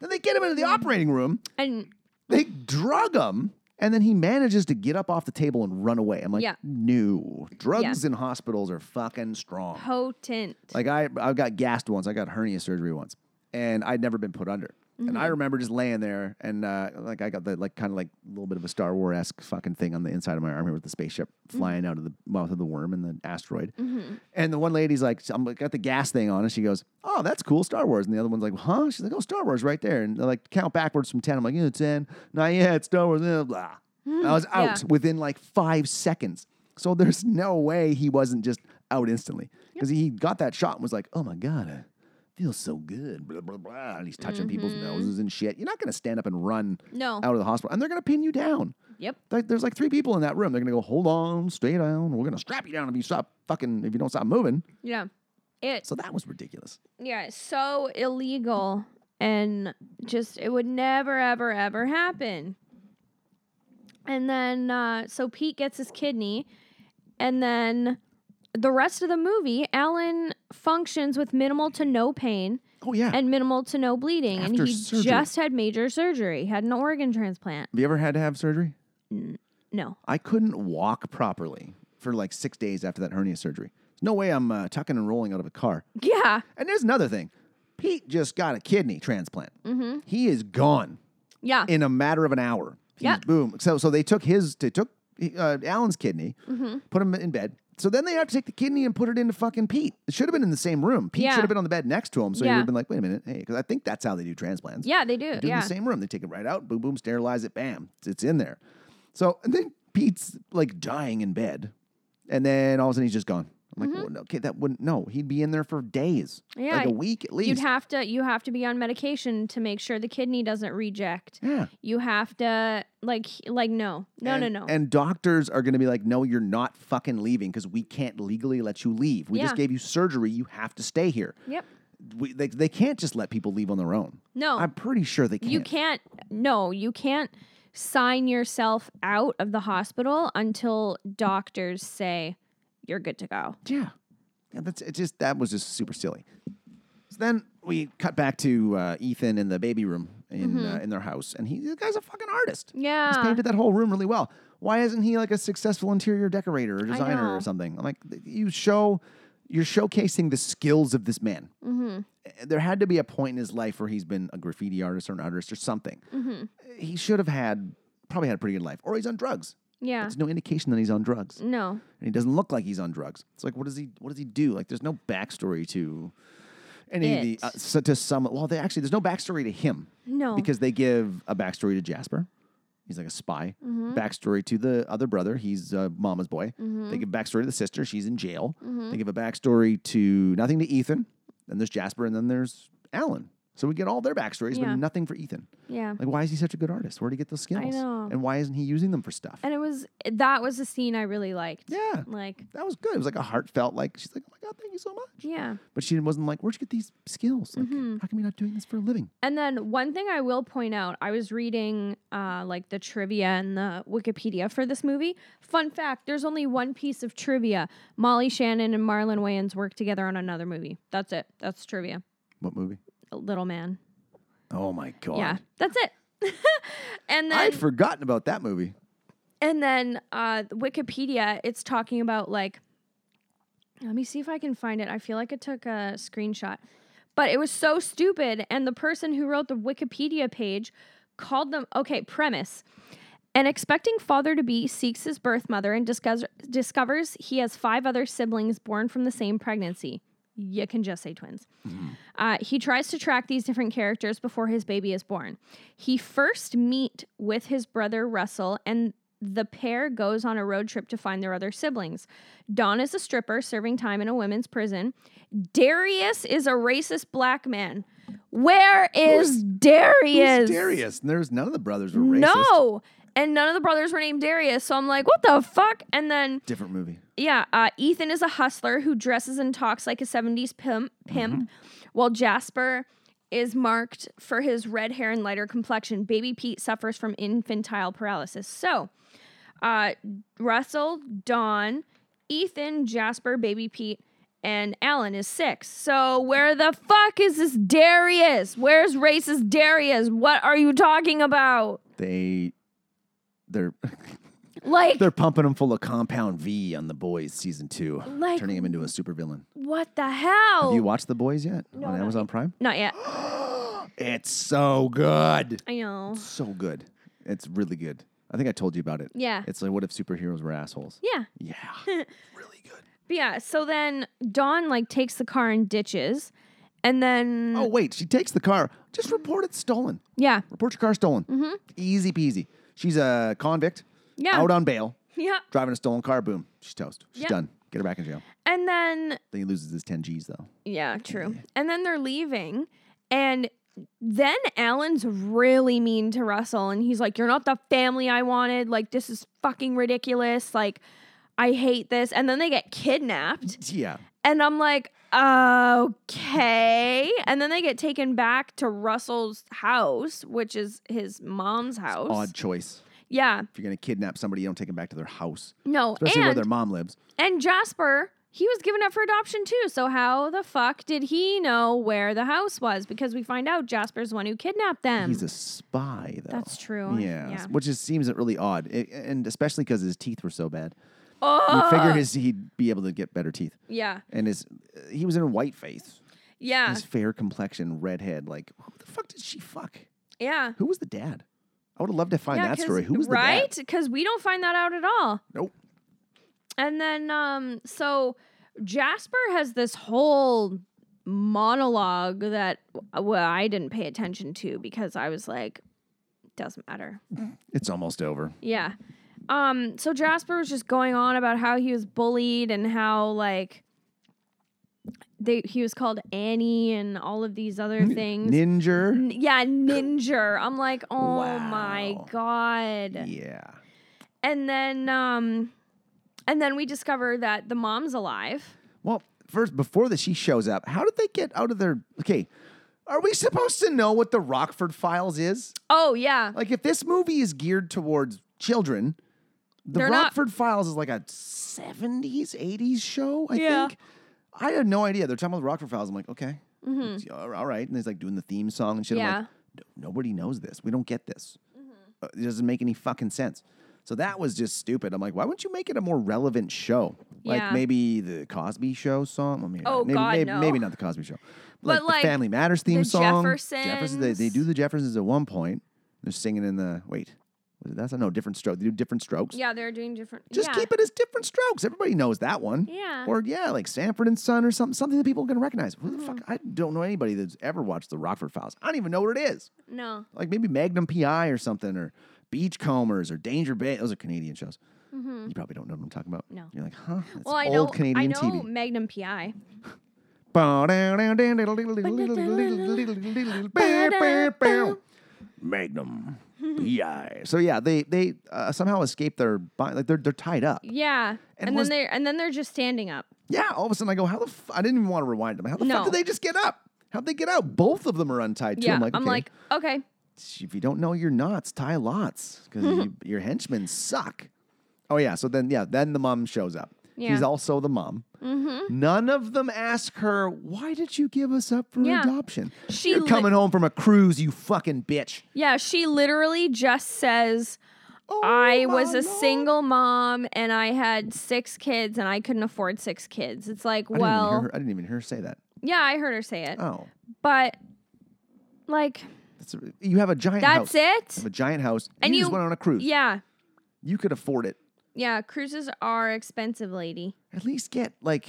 Speaker 1: Then they get him into the
Speaker 2: Mm.
Speaker 1: operating room.
Speaker 2: And
Speaker 1: They drug him, and then he manages to get up off the table and run away. I'm like,
Speaker 2: Yeah.
Speaker 1: "No, drugs in hospitals are fucking strong."
Speaker 2: potent.
Speaker 1: Like I, I got gassed once. I got hernia surgery once, and I'd never been put under. And I remember just laying there, and uh, like I got the like kind of like a little bit of a Star Wars esque fucking thing on the inside of my arm here with the spaceship flying out of the mouth of the worm and the asteroid. And the one lady's like, I'm like, got the gas thing on, and she goes, "Oh, that's cool, Star Wars." And the other one's like, "Huh?" She's like, "Oh, Star Wars, right there." And they like count backwards from ten. I'm like, "Yeah, ten, not yet, Star Wars." eh, Blah. blah. I was
Speaker 2: yeah.
Speaker 1: out within like five seconds. So there's *laughs* no way he wasn't just out instantly because he got that shot and was like, "Oh my god, I feel so good." Blah blah blah. And he's touching people's noses and shit. You're not gonna stand up and run
Speaker 2: Mm-hmm. No.
Speaker 1: out of the hospital, and they're gonna pin you down.
Speaker 2: Yep.
Speaker 1: Like, there's like three people in that room. They're gonna go, "Hold on, stay down. We're gonna strap you down if you stop fucking if you don't stop moving."
Speaker 2: Yeah. It
Speaker 1: So that was ridiculous.
Speaker 2: yeah, it's so illegal and just it would never ever ever happen. And then uh so Pete gets his kidney and then the rest of the movie Alan functions with minimal to no pain
Speaker 1: Oh yeah.
Speaker 2: and minimal to no bleeding
Speaker 1: After
Speaker 2: and he
Speaker 1: surgery.
Speaker 2: just had major surgery, had an organ transplant.
Speaker 1: Have you ever had to have surgery?
Speaker 2: No. *laughs*
Speaker 1: I couldn't walk properly for like six days after that hernia surgery. There's no way I'm uh, tucking and rolling out of a car.
Speaker 2: Yeah. Mm-hmm.
Speaker 1: And there's another thing. Pete just got a kidney transplant. He is gone.
Speaker 2: Yeah.
Speaker 1: in a matter of an hour. He
Speaker 2: Yeah.
Speaker 1: was- Boom. So so they took his they took uh, Alan's kidney,
Speaker 2: Mm-hmm.
Speaker 1: put him in bed. So then they have to take the kidney and put it into fucking Pete. It should have been in the same room. Pete
Speaker 2: Yeah.
Speaker 1: should have been on the bed next to him. So he
Speaker 2: Yeah.
Speaker 1: would have been like, wait a minute, hey, because I think that's how they do transplants.
Speaker 2: yeah, they do.
Speaker 1: They do it
Speaker 2: yeah.
Speaker 1: in the same room. They take it right out, boom, boom, sterilize it, bam, it's- it's in there. So and then Pete's like dying in bed, and then all of a sudden he's just gone. I'm like, well, no, okay, that wouldn't. No, he'd be in there for days,
Speaker 2: Mm-hmm. Yeah,
Speaker 1: like a
Speaker 2: I-
Speaker 1: week at least.
Speaker 2: You'd have to you have to be on medication to make sure the kidney doesn't reject.
Speaker 1: yeah.
Speaker 2: You have to like he- like no. No,
Speaker 1: and,
Speaker 2: no, no.
Speaker 1: And doctors are going to be like, no, you're not fucking leaving because we can't legally let you leave. We just
Speaker 2: Yeah.
Speaker 1: gave you surgery. You have to stay here.
Speaker 2: yep.
Speaker 1: We, they, they can't just let people leave on their own.
Speaker 2: No.
Speaker 1: I'm pretty sure they can't.
Speaker 2: You can't. No, you can't sign yourself out of the hospital until doctors say you're good to go.
Speaker 1: Yeah. yeah that's it just that was just super silly. So then we cut back to uh, Ethan in the baby room in uh, in their house, and he the guy's a fucking artist. He's
Speaker 2: Mm-hmm. Yeah.
Speaker 1: painted that whole room really well. Why isn't he like a successful interior decorator or designer
Speaker 2: know.
Speaker 1: or something? I'm like, th- you show, you're showcasing the skills of this man.
Speaker 2: Mm-hmm.
Speaker 1: Uh, There had to be a point in his life where he's been a graffiti artist or an artist or something.
Speaker 2: Mm-hmm.
Speaker 1: He should have had probably had a pretty good life, or he's on drugs.
Speaker 2: Yeah.
Speaker 1: There's no indication that he's on drugs
Speaker 2: No.
Speaker 1: and he doesn't look like he's on drugs. It's like, what does he? What does he do? Like, there's no backstory to any of the
Speaker 2: It.
Speaker 1: uh, so to some. Well, they actually there's no backstory to him
Speaker 2: No.
Speaker 1: because they give a backstory to Jasper. He's like a spy.
Speaker 2: Mm-hmm.
Speaker 1: Backstory to the other brother. He's uh, mama's boy. They give backstory to the sister. She's in jail.
Speaker 2: Mm-hmm.
Speaker 1: They give a backstory to nothing to Ethan. Then there's Jasper, and then there's Alan. So we get all their backstories,
Speaker 2: Yeah.
Speaker 1: but nothing for Ethan.
Speaker 2: yeah.
Speaker 1: Like, why is he such a good artist? Where did he get those skills?
Speaker 2: know.
Speaker 1: And why isn't he using them for stuff?
Speaker 2: And it was that was a scene I really liked.
Speaker 1: yeah,
Speaker 2: Like
Speaker 1: that was good. It was like a heartfelt, like she's like, "Oh my god, thank you so much."
Speaker 2: yeah.
Speaker 1: But she wasn't like, "Where'd you get these skills? Like,
Speaker 2: Mm-hmm.
Speaker 1: how come you're not doing this for a living?"
Speaker 2: And then one thing I will point out, I was reading uh, like the trivia and the Wikipedia for this movie. Fun fact: there's only one piece of trivia. Molly Shannon and Marlon Wayans worked together on another movie. That's it. That's trivia.
Speaker 1: What movie?
Speaker 2: Little man.
Speaker 1: Oh my god!
Speaker 2: Yeah, that's it. *laughs* and then
Speaker 1: I'd forgotten about that movie.
Speaker 2: and then uh, Wikipedia, it's talking about like. Let me see if I can find it. I feel like it took a screenshot, but it was so stupid. And the person who wrote the Wikipedia page called them okay premise. An expecting father to be seeks his birth mother and discovers discovers he has five other siblings born from the same pregnancy. You can just say twins.
Speaker 1: Mm-hmm.
Speaker 2: Uh, he tries to track these different characters before his baby is born. He first meet with his brother Russell, and the pair goes on a road trip to find their other siblings. Don is a stripper serving time in a women's prison. Darius is a racist black man. Where is Darius?
Speaker 1: Who's Darius? And there's none of the brothers were racist.
Speaker 2: No. And none of the brothers were named Darius. So I'm like, what the fuck? And then
Speaker 1: Different movie.
Speaker 2: yeah, uh, Ethan is a hustler who dresses and talks like a 70s pimp, pimp while Jasper is marked for his red hair and lighter complexion. Baby Pete suffers from infantile paralysis. So, uh, Russell, Dawn, Ethan, Jasper, Baby Pete, and Alan is six. So, where the fuck is this Darius? Where's racist Darius? What are you talking about?
Speaker 1: They, they're *laughs*
Speaker 2: Like,
Speaker 1: they're pumping him full of Compound V on the Boys season two,
Speaker 2: Like-
Speaker 1: turning him into a supervillain.
Speaker 2: what the
Speaker 1: Have you
Speaker 2: hell?
Speaker 1: watched the Boys yet
Speaker 2: Oh. No,
Speaker 1: on
Speaker 2: not
Speaker 1: Amazon Prime?
Speaker 2: Not yet.
Speaker 1: *gasps* It's so good.
Speaker 2: I know.
Speaker 1: So good. It's really good. I think I told you about it.
Speaker 2: Yeah.
Speaker 1: It's like what if superheroes were assholes?
Speaker 2: Yeah. *laughs*
Speaker 1: Yeah. really good.
Speaker 2: But yeah, so then Dawn like takes the car and ditches. And then
Speaker 1: Oh wait, she takes the car. Just report it stolen.
Speaker 2: yeah.
Speaker 1: Report your car stolen. Easy peasy. She's a convict.
Speaker 2: Mm-hmm. Yeah.
Speaker 1: Out on bail,
Speaker 2: Yeah.
Speaker 1: driving a stolen car. Boom. She's toast. She's
Speaker 2: Yeah.
Speaker 1: done. Get her back in jail.
Speaker 2: And then
Speaker 1: Then he loses his 10 G's though.
Speaker 2: yeah, true. And then they're leaving and then Alan's really mean to Russell and he's like you're not the family I wanted. Like this is fucking ridiculous. Like I hate this. And then they get kidnapped.
Speaker 1: Yeah.
Speaker 2: And I'm like, okay. And then they get taken back to Russell's house, which is his mom's house.
Speaker 1: Odd choice.
Speaker 2: Yeah.
Speaker 1: If you're gonna kidnap somebody, you don't take them back to their house,
Speaker 2: No.
Speaker 1: especially where
Speaker 2: and
Speaker 1: their mom lives.
Speaker 2: And Jasper, he was given up for adoption too. So how the fuck did he know where the house was? Because we find out Jasper's the one who kidnapped them.
Speaker 1: He's a spy though.
Speaker 2: That's true.
Speaker 1: Yeah.
Speaker 2: Yeah.
Speaker 1: Which just seems really odd, I- and especially because his teeth were so bad.
Speaker 2: oh,
Speaker 1: You figure his, he'd be able to get better teeth,
Speaker 2: yeah,
Speaker 1: and his he was in a white face.
Speaker 2: yeah,
Speaker 1: His fair complexion, redhead. Like who the fuck did she fuck?
Speaker 2: yeah.
Speaker 1: Who was the dad? I would have loved to find that
Speaker 2: 'cause-
Speaker 1: story. Who was the dad?
Speaker 2: right? Because we don't find that out at all.
Speaker 1: Nope.
Speaker 2: And then, um, so Jasper has this whole monologue that uh, well, I didn't pay attention to because I was like, doesn't matter.
Speaker 1: It's almost over.
Speaker 2: Yeah. Um, so Jasper was just going on about how he was bullied and how like they he was called Annie and all of these other things.
Speaker 1: Ninja.
Speaker 2: N- yeah, ninja. I'm like, oh my
Speaker 1: Wow.
Speaker 2: god.
Speaker 1: Yeah.
Speaker 2: And then um and then we discover that the mom's alive.
Speaker 1: Well, first, before that, she shows up. How did they get out of their? Okay, are we supposed to know what the Rockford Files is?
Speaker 2: Oh yeah.
Speaker 1: Like, if this movie is geared towards children, the
Speaker 2: They're not-
Speaker 1: Rockford Files is like a '70s, '80s show. I
Speaker 2: Yeah.
Speaker 1: think. I had no idea. They're talking about the Rockford Files. I'm like, okay, it's- all all right. And he's like doing the theme song and shit. I'm
Speaker 2: Mm-hmm. Yeah. Mm-hmm.
Speaker 1: like, "No- nobody knows this. We don't get this. Uh, it doesn't make any fucking sense. So that was just stupid. I'm like, why wouldn't you make it a more relevant show?
Speaker 2: Yeah.
Speaker 1: Like maybe the Cosby Show song. I mean,
Speaker 2: Oh,
Speaker 1: maybe,
Speaker 2: God,
Speaker 1: maybe,
Speaker 2: no.
Speaker 1: maybe not the Cosby Show.
Speaker 2: But,
Speaker 1: the
Speaker 2: like,
Speaker 1: Family Matters theme
Speaker 2: the
Speaker 1: song. Jeffersons. They, they
Speaker 2: Jeffersons.
Speaker 1: do the Jeffersons at one point. They're singing in the wait. Was it that's no different stroke. They do different strokes.
Speaker 2: Yeah, they're doing different
Speaker 1: Just
Speaker 2: yeah.
Speaker 1: keep it as different strokes. Everybody knows that one.
Speaker 2: Yeah.
Speaker 1: Or yeah, like Sanford and Son or something, something that people can recognize. Who the fuck?
Speaker 2: Mm-hmm.
Speaker 1: I don't know anybody that's ever watched the Rockford Files. I don't even know what it is.
Speaker 2: No.
Speaker 1: Like maybe Magnum PI or something, or Beachcombers or Danger Bay. Those are Canadian shows. You probably don't know what I'm talking about.
Speaker 2: Mm-hmm. No.
Speaker 1: You're like, huh? That's
Speaker 2: Well, I
Speaker 1: old
Speaker 2: know
Speaker 1: Canadian
Speaker 2: I know
Speaker 1: TV.
Speaker 2: Magnum PI.
Speaker 1: Magnum. PI. So yeah, they they uh, somehow escape their bind. Like they're they're tied up.
Speaker 2: Yeah. And,
Speaker 1: was-
Speaker 2: then they and then they're just standing up.
Speaker 1: Yeah. All of a sudden, I go, how the f-? I didn't even want to rewind them. How the
Speaker 2: No.
Speaker 1: fuck did they just get up? How'd they get out? Both of them are untied too.
Speaker 2: yeah.
Speaker 1: I'm like, okay,
Speaker 2: okay.
Speaker 1: if you don't know your knots, tie lots because
Speaker 2: *laughs*
Speaker 1: you, your henchmen suck. Oh yeah. So then yeah, then the mom shows up.
Speaker 2: Yeah. Mm-hmm.
Speaker 1: She's also the mom. None of them ask her, why did you give us up for
Speaker 2: Yeah.
Speaker 1: adoption?
Speaker 2: She
Speaker 1: You're
Speaker 2: li-
Speaker 1: coming home from a cruise, you fucking bitch.
Speaker 2: Yeah, she literally just says,
Speaker 1: Oh,
Speaker 2: I was
Speaker 1: my
Speaker 2: a
Speaker 1: Lord.
Speaker 2: single mom and I had six kids and I couldn't afford six kids. It's like,
Speaker 1: I didn't, even hear
Speaker 2: well,
Speaker 1: her, I didn't even hear her say that.
Speaker 2: yeah, I heard her say it.
Speaker 1: Oh,
Speaker 2: But like,
Speaker 1: that's a, you have a giant house.
Speaker 2: that's
Speaker 1: You
Speaker 2: it?
Speaker 1: have a giant house.
Speaker 2: And
Speaker 1: you, just
Speaker 2: you-
Speaker 1: went on a cruise.
Speaker 2: Yeah.
Speaker 1: You could afford it.
Speaker 2: Yeah, cruises are expensive, lady.
Speaker 1: at least get like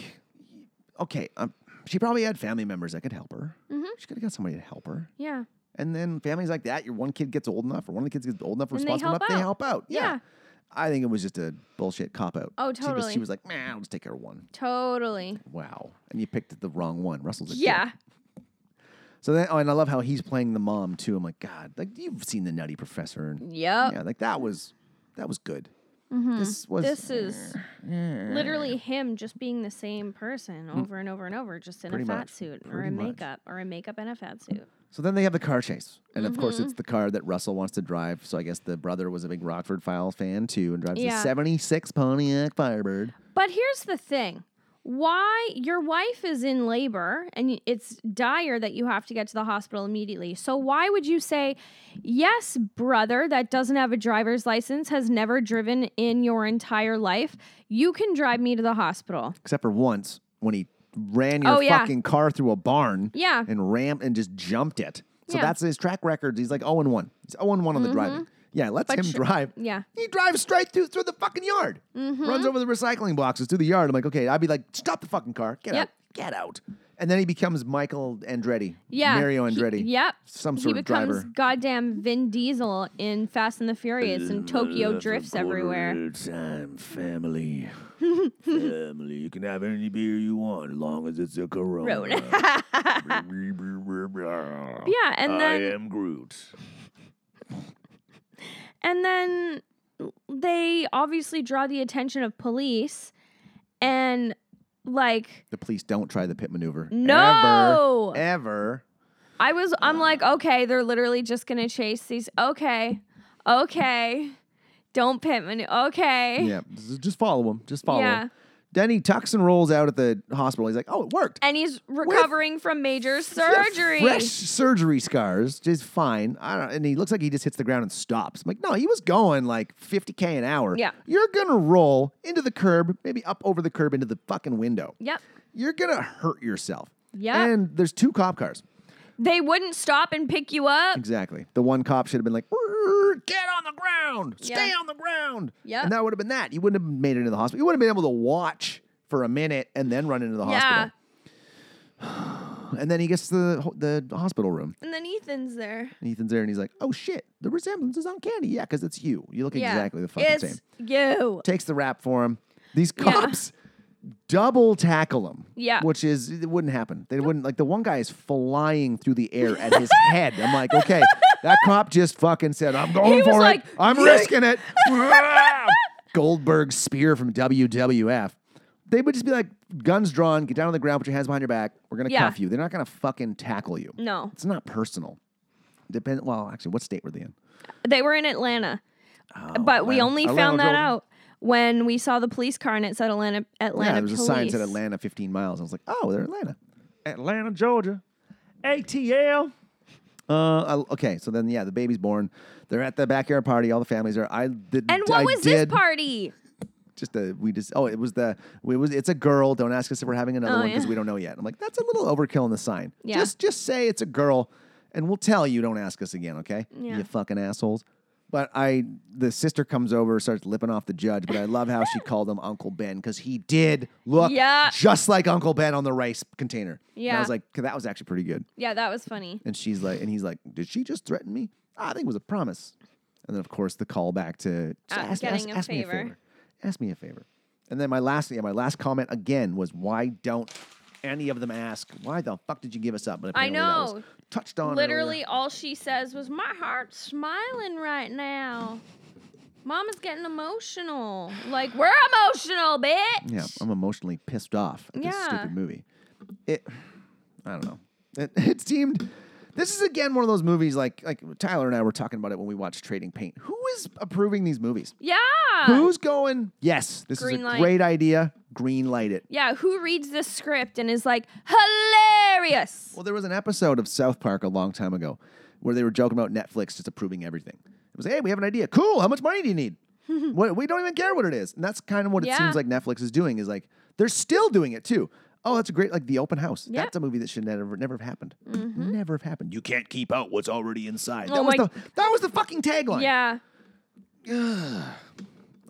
Speaker 1: okay um, she probably had family members that could help her
Speaker 2: Mm-hmm.
Speaker 1: she could have got somebody to help her
Speaker 2: Yeah.
Speaker 1: and then families like that your one kid gets old enough or one of the kids gets old enough
Speaker 2: they
Speaker 1: responsible
Speaker 2: help
Speaker 1: enough they
Speaker 2: out.
Speaker 1: help out yeah.
Speaker 2: Yeah.
Speaker 1: i think it was just a bullshit cop out
Speaker 2: Oh,
Speaker 1: she was, she
Speaker 2: totally.
Speaker 1: was like man i'll just take care of one
Speaker 2: Totally.
Speaker 1: wow and you picked the wrong one russell's a dick.
Speaker 2: Yeah.
Speaker 1: so then oh and i love how he's playing the mom too i'm like god like you've seen the nutty professor and
Speaker 2: Yep.
Speaker 1: yeah like that was that was good this was
Speaker 2: Mm-hmm. This is literally him just being the same person over and over and over, just in
Speaker 1: Pretty
Speaker 2: a fat
Speaker 1: much.
Speaker 2: suit or
Speaker 1: Pretty
Speaker 2: a
Speaker 1: much.
Speaker 2: makeup or a makeup and a fat suit.
Speaker 1: So then they have the car chase. And of
Speaker 2: Mm-hmm.
Speaker 1: course, it's the car that Russell wants to drive. So I guess the brother was a big Rockford Files fan too and drives a
Speaker 2: Yeah.
Speaker 1: 76 Pontiac Firebird.
Speaker 2: But here's the thing. Why your wife is in labor and y- it's dire that you have to get to the hospital immediately. So why would you say, "Yes, brother, that doesn't have a driver's license has never driven in your entire life. You can drive me to the hospital."
Speaker 1: Except for once when he ran your
Speaker 2: Oh, yeah.
Speaker 1: fucking car through a barn
Speaker 2: Yeah.
Speaker 1: and rammed and just jumped it. So
Speaker 2: Yeah.
Speaker 1: that's his track record. He's like 0 and 1. He's 0 and 1 on the driving. Yeah, let's
Speaker 2: Mm-hmm. But
Speaker 1: him
Speaker 2: sh-
Speaker 1: drive.
Speaker 2: yeah.
Speaker 1: He drives straight through through the fucking yard.
Speaker 2: Mm-hmm.
Speaker 1: Runs over the recycling boxes through the yard. I'm like, okay, I'd be like, stop the fucking car. Get
Speaker 2: Yep.
Speaker 1: out. Get out. And then he becomes Michael Andretti.
Speaker 2: Yeah.
Speaker 1: Mario
Speaker 2: he-
Speaker 1: Andretti.
Speaker 2: yep.
Speaker 1: Some
Speaker 2: he
Speaker 1: sort of
Speaker 2: becomes
Speaker 1: driver.
Speaker 2: goddamn Vin Diesel in Fast and the Furious and Tokyo drifts everywhere.
Speaker 3: Time, family. family. You can have any beer you want as long as it's a Corona.
Speaker 2: *laughs* Road. *laughs* yeah, and
Speaker 3: I
Speaker 2: then
Speaker 3: am Groot.
Speaker 2: And then they obviously draw the attention of police and like
Speaker 1: The police don't try the pit maneuver.
Speaker 2: No!
Speaker 1: Ever. ever.
Speaker 2: I was I'm like okay they're literally just going to chase these okay okay don't pit me *laughs* okay
Speaker 1: Yeah. Just- Just follow him. Just follow
Speaker 2: Yeah.
Speaker 1: him. Then he tucks and rolls out at the hospital. He's like, oh, it worked.
Speaker 2: and he's recovering from major
Speaker 1: Yeah, *laughs*
Speaker 2: surgery
Speaker 1: Fresh *laughs* surgery scars. Just fine. I don't and he looks like he just hits the ground and stops. I'm like, no, he was going like 50k an hour.
Speaker 2: Yeah.
Speaker 1: You're gonna roll into the curb, maybe up over the curb into the fucking window.
Speaker 2: Yep
Speaker 1: You're gonna hurt yourself.
Speaker 2: Yeah.
Speaker 1: And there's two cop cars.
Speaker 2: They wouldn't stop and pick you up.
Speaker 1: Exactly. The one cop should have been like, "Brrr, get on the ground, stay
Speaker 2: Yeah.
Speaker 1: on the ground.
Speaker 2: Yep.
Speaker 1: And that would have been that. You wouldn't have made it into the hospital. You would have been able to watch for a minute and then run into the
Speaker 2: Yeah.
Speaker 1: hospital. *sighs* And then he gets to the, ho- the hospital room.
Speaker 2: And then Ethan's there.
Speaker 1: And Ethan's there and he's like, oh shit, the resemblance is uncanny. Yeah, because it's you. You look
Speaker 2: Yeah.
Speaker 1: exactly the fucking
Speaker 2: it's
Speaker 1: same.
Speaker 2: You.
Speaker 1: Takes the rap for him. These
Speaker 2: Yeah.
Speaker 1: cops double tackle him.
Speaker 2: Yeah.
Speaker 1: Which is, it wouldn't happen. They wouldn't, like, the one guy is flying through the air at his *laughs* head. I'm like, okay, that cop just fucking said, I'm going
Speaker 2: He was
Speaker 1: for
Speaker 2: like,
Speaker 1: it. I'm
Speaker 2: "Yeah."
Speaker 1: risking it. *laughs* Goldberg's spear from WWF. They would just be like, guns drawn, get down on the ground, put your hands behind your back. We're going to
Speaker 2: Yeah.
Speaker 1: cuff you. They're not going to fucking tackle you.
Speaker 2: No.
Speaker 1: It's not personal. Depend. Well, actually, what state were they in?
Speaker 2: They were in Atlanta. but we
Speaker 1: Atlanta.
Speaker 2: only
Speaker 1: Oh, Atlanta
Speaker 2: found
Speaker 1: was
Speaker 2: that
Speaker 1: open.
Speaker 2: out when we saw the police car and it said Atlanta Atlanta
Speaker 1: yeah, there was
Speaker 2: police.
Speaker 1: a sign that said Atlanta, 15 miles. I was like, oh, they're Atlanta.
Speaker 3: Atlanta, Georgia. ATL.
Speaker 1: Uh, I- okay, so then yeah, the baby's born. They're at the backyard party. All the families are. I did.
Speaker 2: And what
Speaker 1: I
Speaker 2: was
Speaker 1: did,
Speaker 2: this party?
Speaker 1: Just a we just. Oh, it was the. It was. It's a girl. Don't ask us if we're having another
Speaker 2: Oh,
Speaker 1: one because
Speaker 2: yeah.
Speaker 1: we don't know yet. I'm like, that's a little overkill on the sign.
Speaker 2: Yeah.
Speaker 1: Just just say it's a girl, and we'll tell you. Don't ask us again, okay?
Speaker 2: Yeah.
Speaker 1: You fucking assholes. But I, the sister comes over, starts lipping off the judge. But I love how
Speaker 2: *laughs*
Speaker 1: she called him Uncle Ben because he did look
Speaker 2: Yeah.
Speaker 1: just like Uncle Ben on the rice container. And I
Speaker 2: Yeah.
Speaker 1: was like, that was actually pretty good.
Speaker 2: Yeah, that was funny.
Speaker 1: And she's like, and he's like, did she just threaten me? "Ah, I think it was a promise. And then of course the call back to "So
Speaker 2: Uh,
Speaker 1: ask,
Speaker 2: getting
Speaker 1: ask-
Speaker 2: a
Speaker 1: ask me a
Speaker 2: favor."
Speaker 1: favor. Ask me a favor. And then my last, yeah, my last comment again was, why don't any of them ask? Why the fuck did you give us up? But
Speaker 2: I
Speaker 1: apparently that was
Speaker 2: know.
Speaker 1: touched on
Speaker 2: Literally,
Speaker 1: earlier.
Speaker 2: all she says was, "My heart's smiling right now." Mom is getting emotional. Like we're emotional, bitch.
Speaker 1: Yeah, I'm emotionally pissed off at this
Speaker 2: Yeah.
Speaker 1: stupid movie. It, I don't know. It, *laughs* it seemed. This is again one of those movies like like Tyler and I were talking about it when we watched Trading Paint. Who is approving these movies?
Speaker 2: Yeah.
Speaker 1: Who's going? Yes, this is
Speaker 2: Uh, Green
Speaker 1: a
Speaker 2: light.
Speaker 1: great idea. Green light it.
Speaker 2: yeah. Who reads this script and is like hilarious?
Speaker 1: Well, there was an episode of South Park a long time ago where they were joking about Netflix just approving everything. It was, hey, we have an idea. Cool. How much money do you
Speaker 2: *laughs*
Speaker 1: need? what, we don't even care what it is. And that's kind of what it
Speaker 2: Yeah.
Speaker 1: seems like Netflix is doing. Is like they're still doing it too. Oh, that's a great like the open house.
Speaker 2: Yeah. Mm-hmm.
Speaker 1: That's a movie that should never never have happened. Never have happened. You can't keep out what's already inside.
Speaker 2: Oh
Speaker 1: that was
Speaker 2: my-
Speaker 1: the that was the fucking tagline.
Speaker 2: Yeah.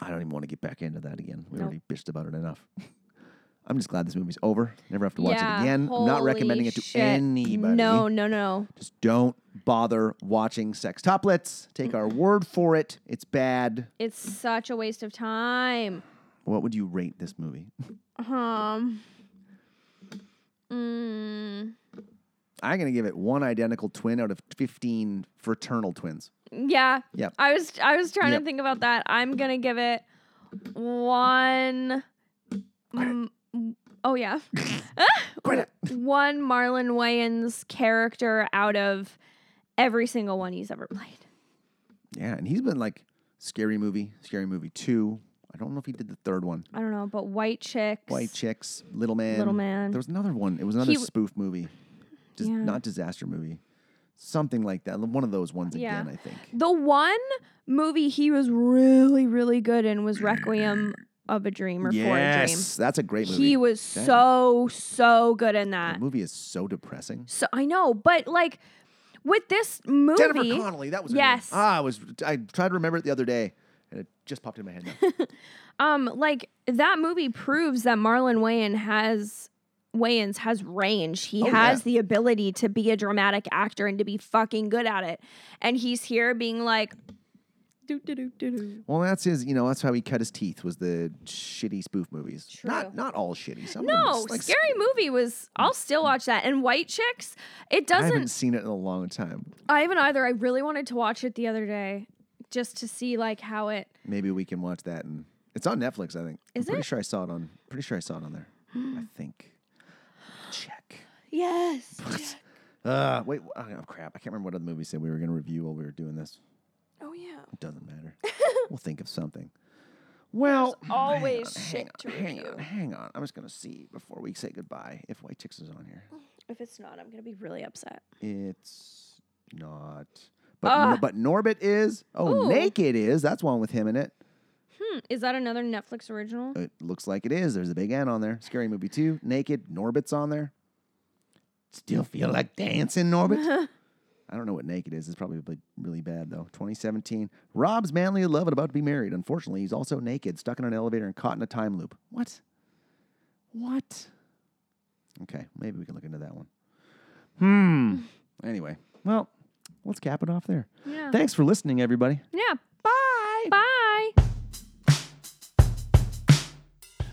Speaker 1: I don't even want to get back into that again. We already bitched about it enough. *laughs* I'm just glad this movie's over. Never have to watch
Speaker 2: yeah.
Speaker 1: it again. I'm not recommending
Speaker 2: Holy
Speaker 1: it to
Speaker 2: shit.
Speaker 1: anybody.
Speaker 2: No, no, no.
Speaker 1: Just don't bother watching sextoplets. Take our word for it. It's bad.
Speaker 2: It's such a waste of time.
Speaker 1: What would you rate this movie? *laughs*
Speaker 2: Um. Mm,
Speaker 1: I'm going to give it one identical twin out of 15 fraternal twins.
Speaker 2: yeah.
Speaker 1: Yep.
Speaker 2: I was I was trying
Speaker 1: Yep.
Speaker 2: to think about that. I'm gonna give it one. mm,
Speaker 1: *laughs*
Speaker 2: oh yeah. one Marlon Wayans character out of every single one he's ever played.
Speaker 1: Yeah, and he's been like Scary Movie, Scary Movie 2. I don't know if he did the third one.
Speaker 2: I don't know, but White Chicks.
Speaker 1: White Chicks, Little Man.
Speaker 2: Little Man.
Speaker 1: There was another one. It was another
Speaker 2: He w-
Speaker 1: spoof movie. Just
Speaker 2: Yeah.
Speaker 1: not disaster movie. Something like that. One of those ones
Speaker 2: Yeah.
Speaker 1: again, I think.
Speaker 2: The one movie he was really, really good in was Requiem of a Dream or
Speaker 1: Yes, that's a
Speaker 2: for a
Speaker 1: great
Speaker 2: Dream.
Speaker 1: movie.
Speaker 2: He was
Speaker 1: Damn.
Speaker 2: so, so good in that.
Speaker 1: That movie is so depressing.
Speaker 2: So I know, but like with this movie,
Speaker 1: Jennifer Connelly, that was her name.
Speaker 2: Yes.
Speaker 1: Ah, I was I tried to remember it the other day and it just popped in my head now.
Speaker 2: um, like that movie proves that Marlon Wayans has Wayans has range. He
Speaker 1: Oh,
Speaker 2: has
Speaker 1: yeah.
Speaker 2: the ability to be a dramatic actor and to be fucking good at it. And he's here being like, doo doo doo doo doo.
Speaker 1: well, that's his, you know, that's how he cut his teeth was the shitty spoof movies. Not
Speaker 2: True.
Speaker 1: not all shitty. Some of them
Speaker 2: No,
Speaker 1: just, like,
Speaker 2: scary movie was. I'll still watch that. And White Chicks, it
Speaker 1: I haven't
Speaker 2: doesn't.
Speaker 1: seen it in a long time.
Speaker 2: I haven't either. I really wanted to watch it the other day, just to see like how it.
Speaker 1: Maybe we can watch that and it's on Netflix, I think.
Speaker 2: Is
Speaker 1: I'm pretty
Speaker 2: it? Hmm.
Speaker 1: sure I saw it on pretty sure I saw it on there. I think. Check.
Speaker 2: Yes.
Speaker 1: Uh wait, oh, oh, crap. I can't remember what other movie said we were gonna review while we were doing this.
Speaker 2: oh yeah.
Speaker 1: It doesn't
Speaker 2: *laughs*
Speaker 1: matter. we'll think of something. Well, hang on,
Speaker 2: always
Speaker 1: hang
Speaker 2: shit
Speaker 1: on,
Speaker 2: to
Speaker 1: hang on,
Speaker 2: review.
Speaker 1: hang on. I'm just gonna see before we say goodbye if White Chicks is on here.
Speaker 2: If it's not, I'm gonna be really upset.
Speaker 1: It's not, but no-
Speaker 2: Ugh.
Speaker 1: but Norbit is. Oh,
Speaker 2: Ah. Ooh.
Speaker 1: Naked is. That's one with him in it.
Speaker 2: Hmm, is that another Netflix original?
Speaker 1: It looks like it is. There's a big N on there. Scary Movie two. Naked. Norbit's on there. Still feel like dancing, Norbit? I don't know what naked is. It's probably really- really bad, though. 2017. Rob's manly love and about to be married. Unfortunately, he's also naked, stuck in an elevator, and caught in a time loop. What? What? Okay, maybe we can look into that one. Hmm. Anyway, well, let's cap it off there.
Speaker 2: Yeah.
Speaker 1: Thanks for listening, everybody.
Speaker 2: Yeah. Bye. Bye.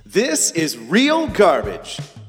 Speaker 4: This is real garbage.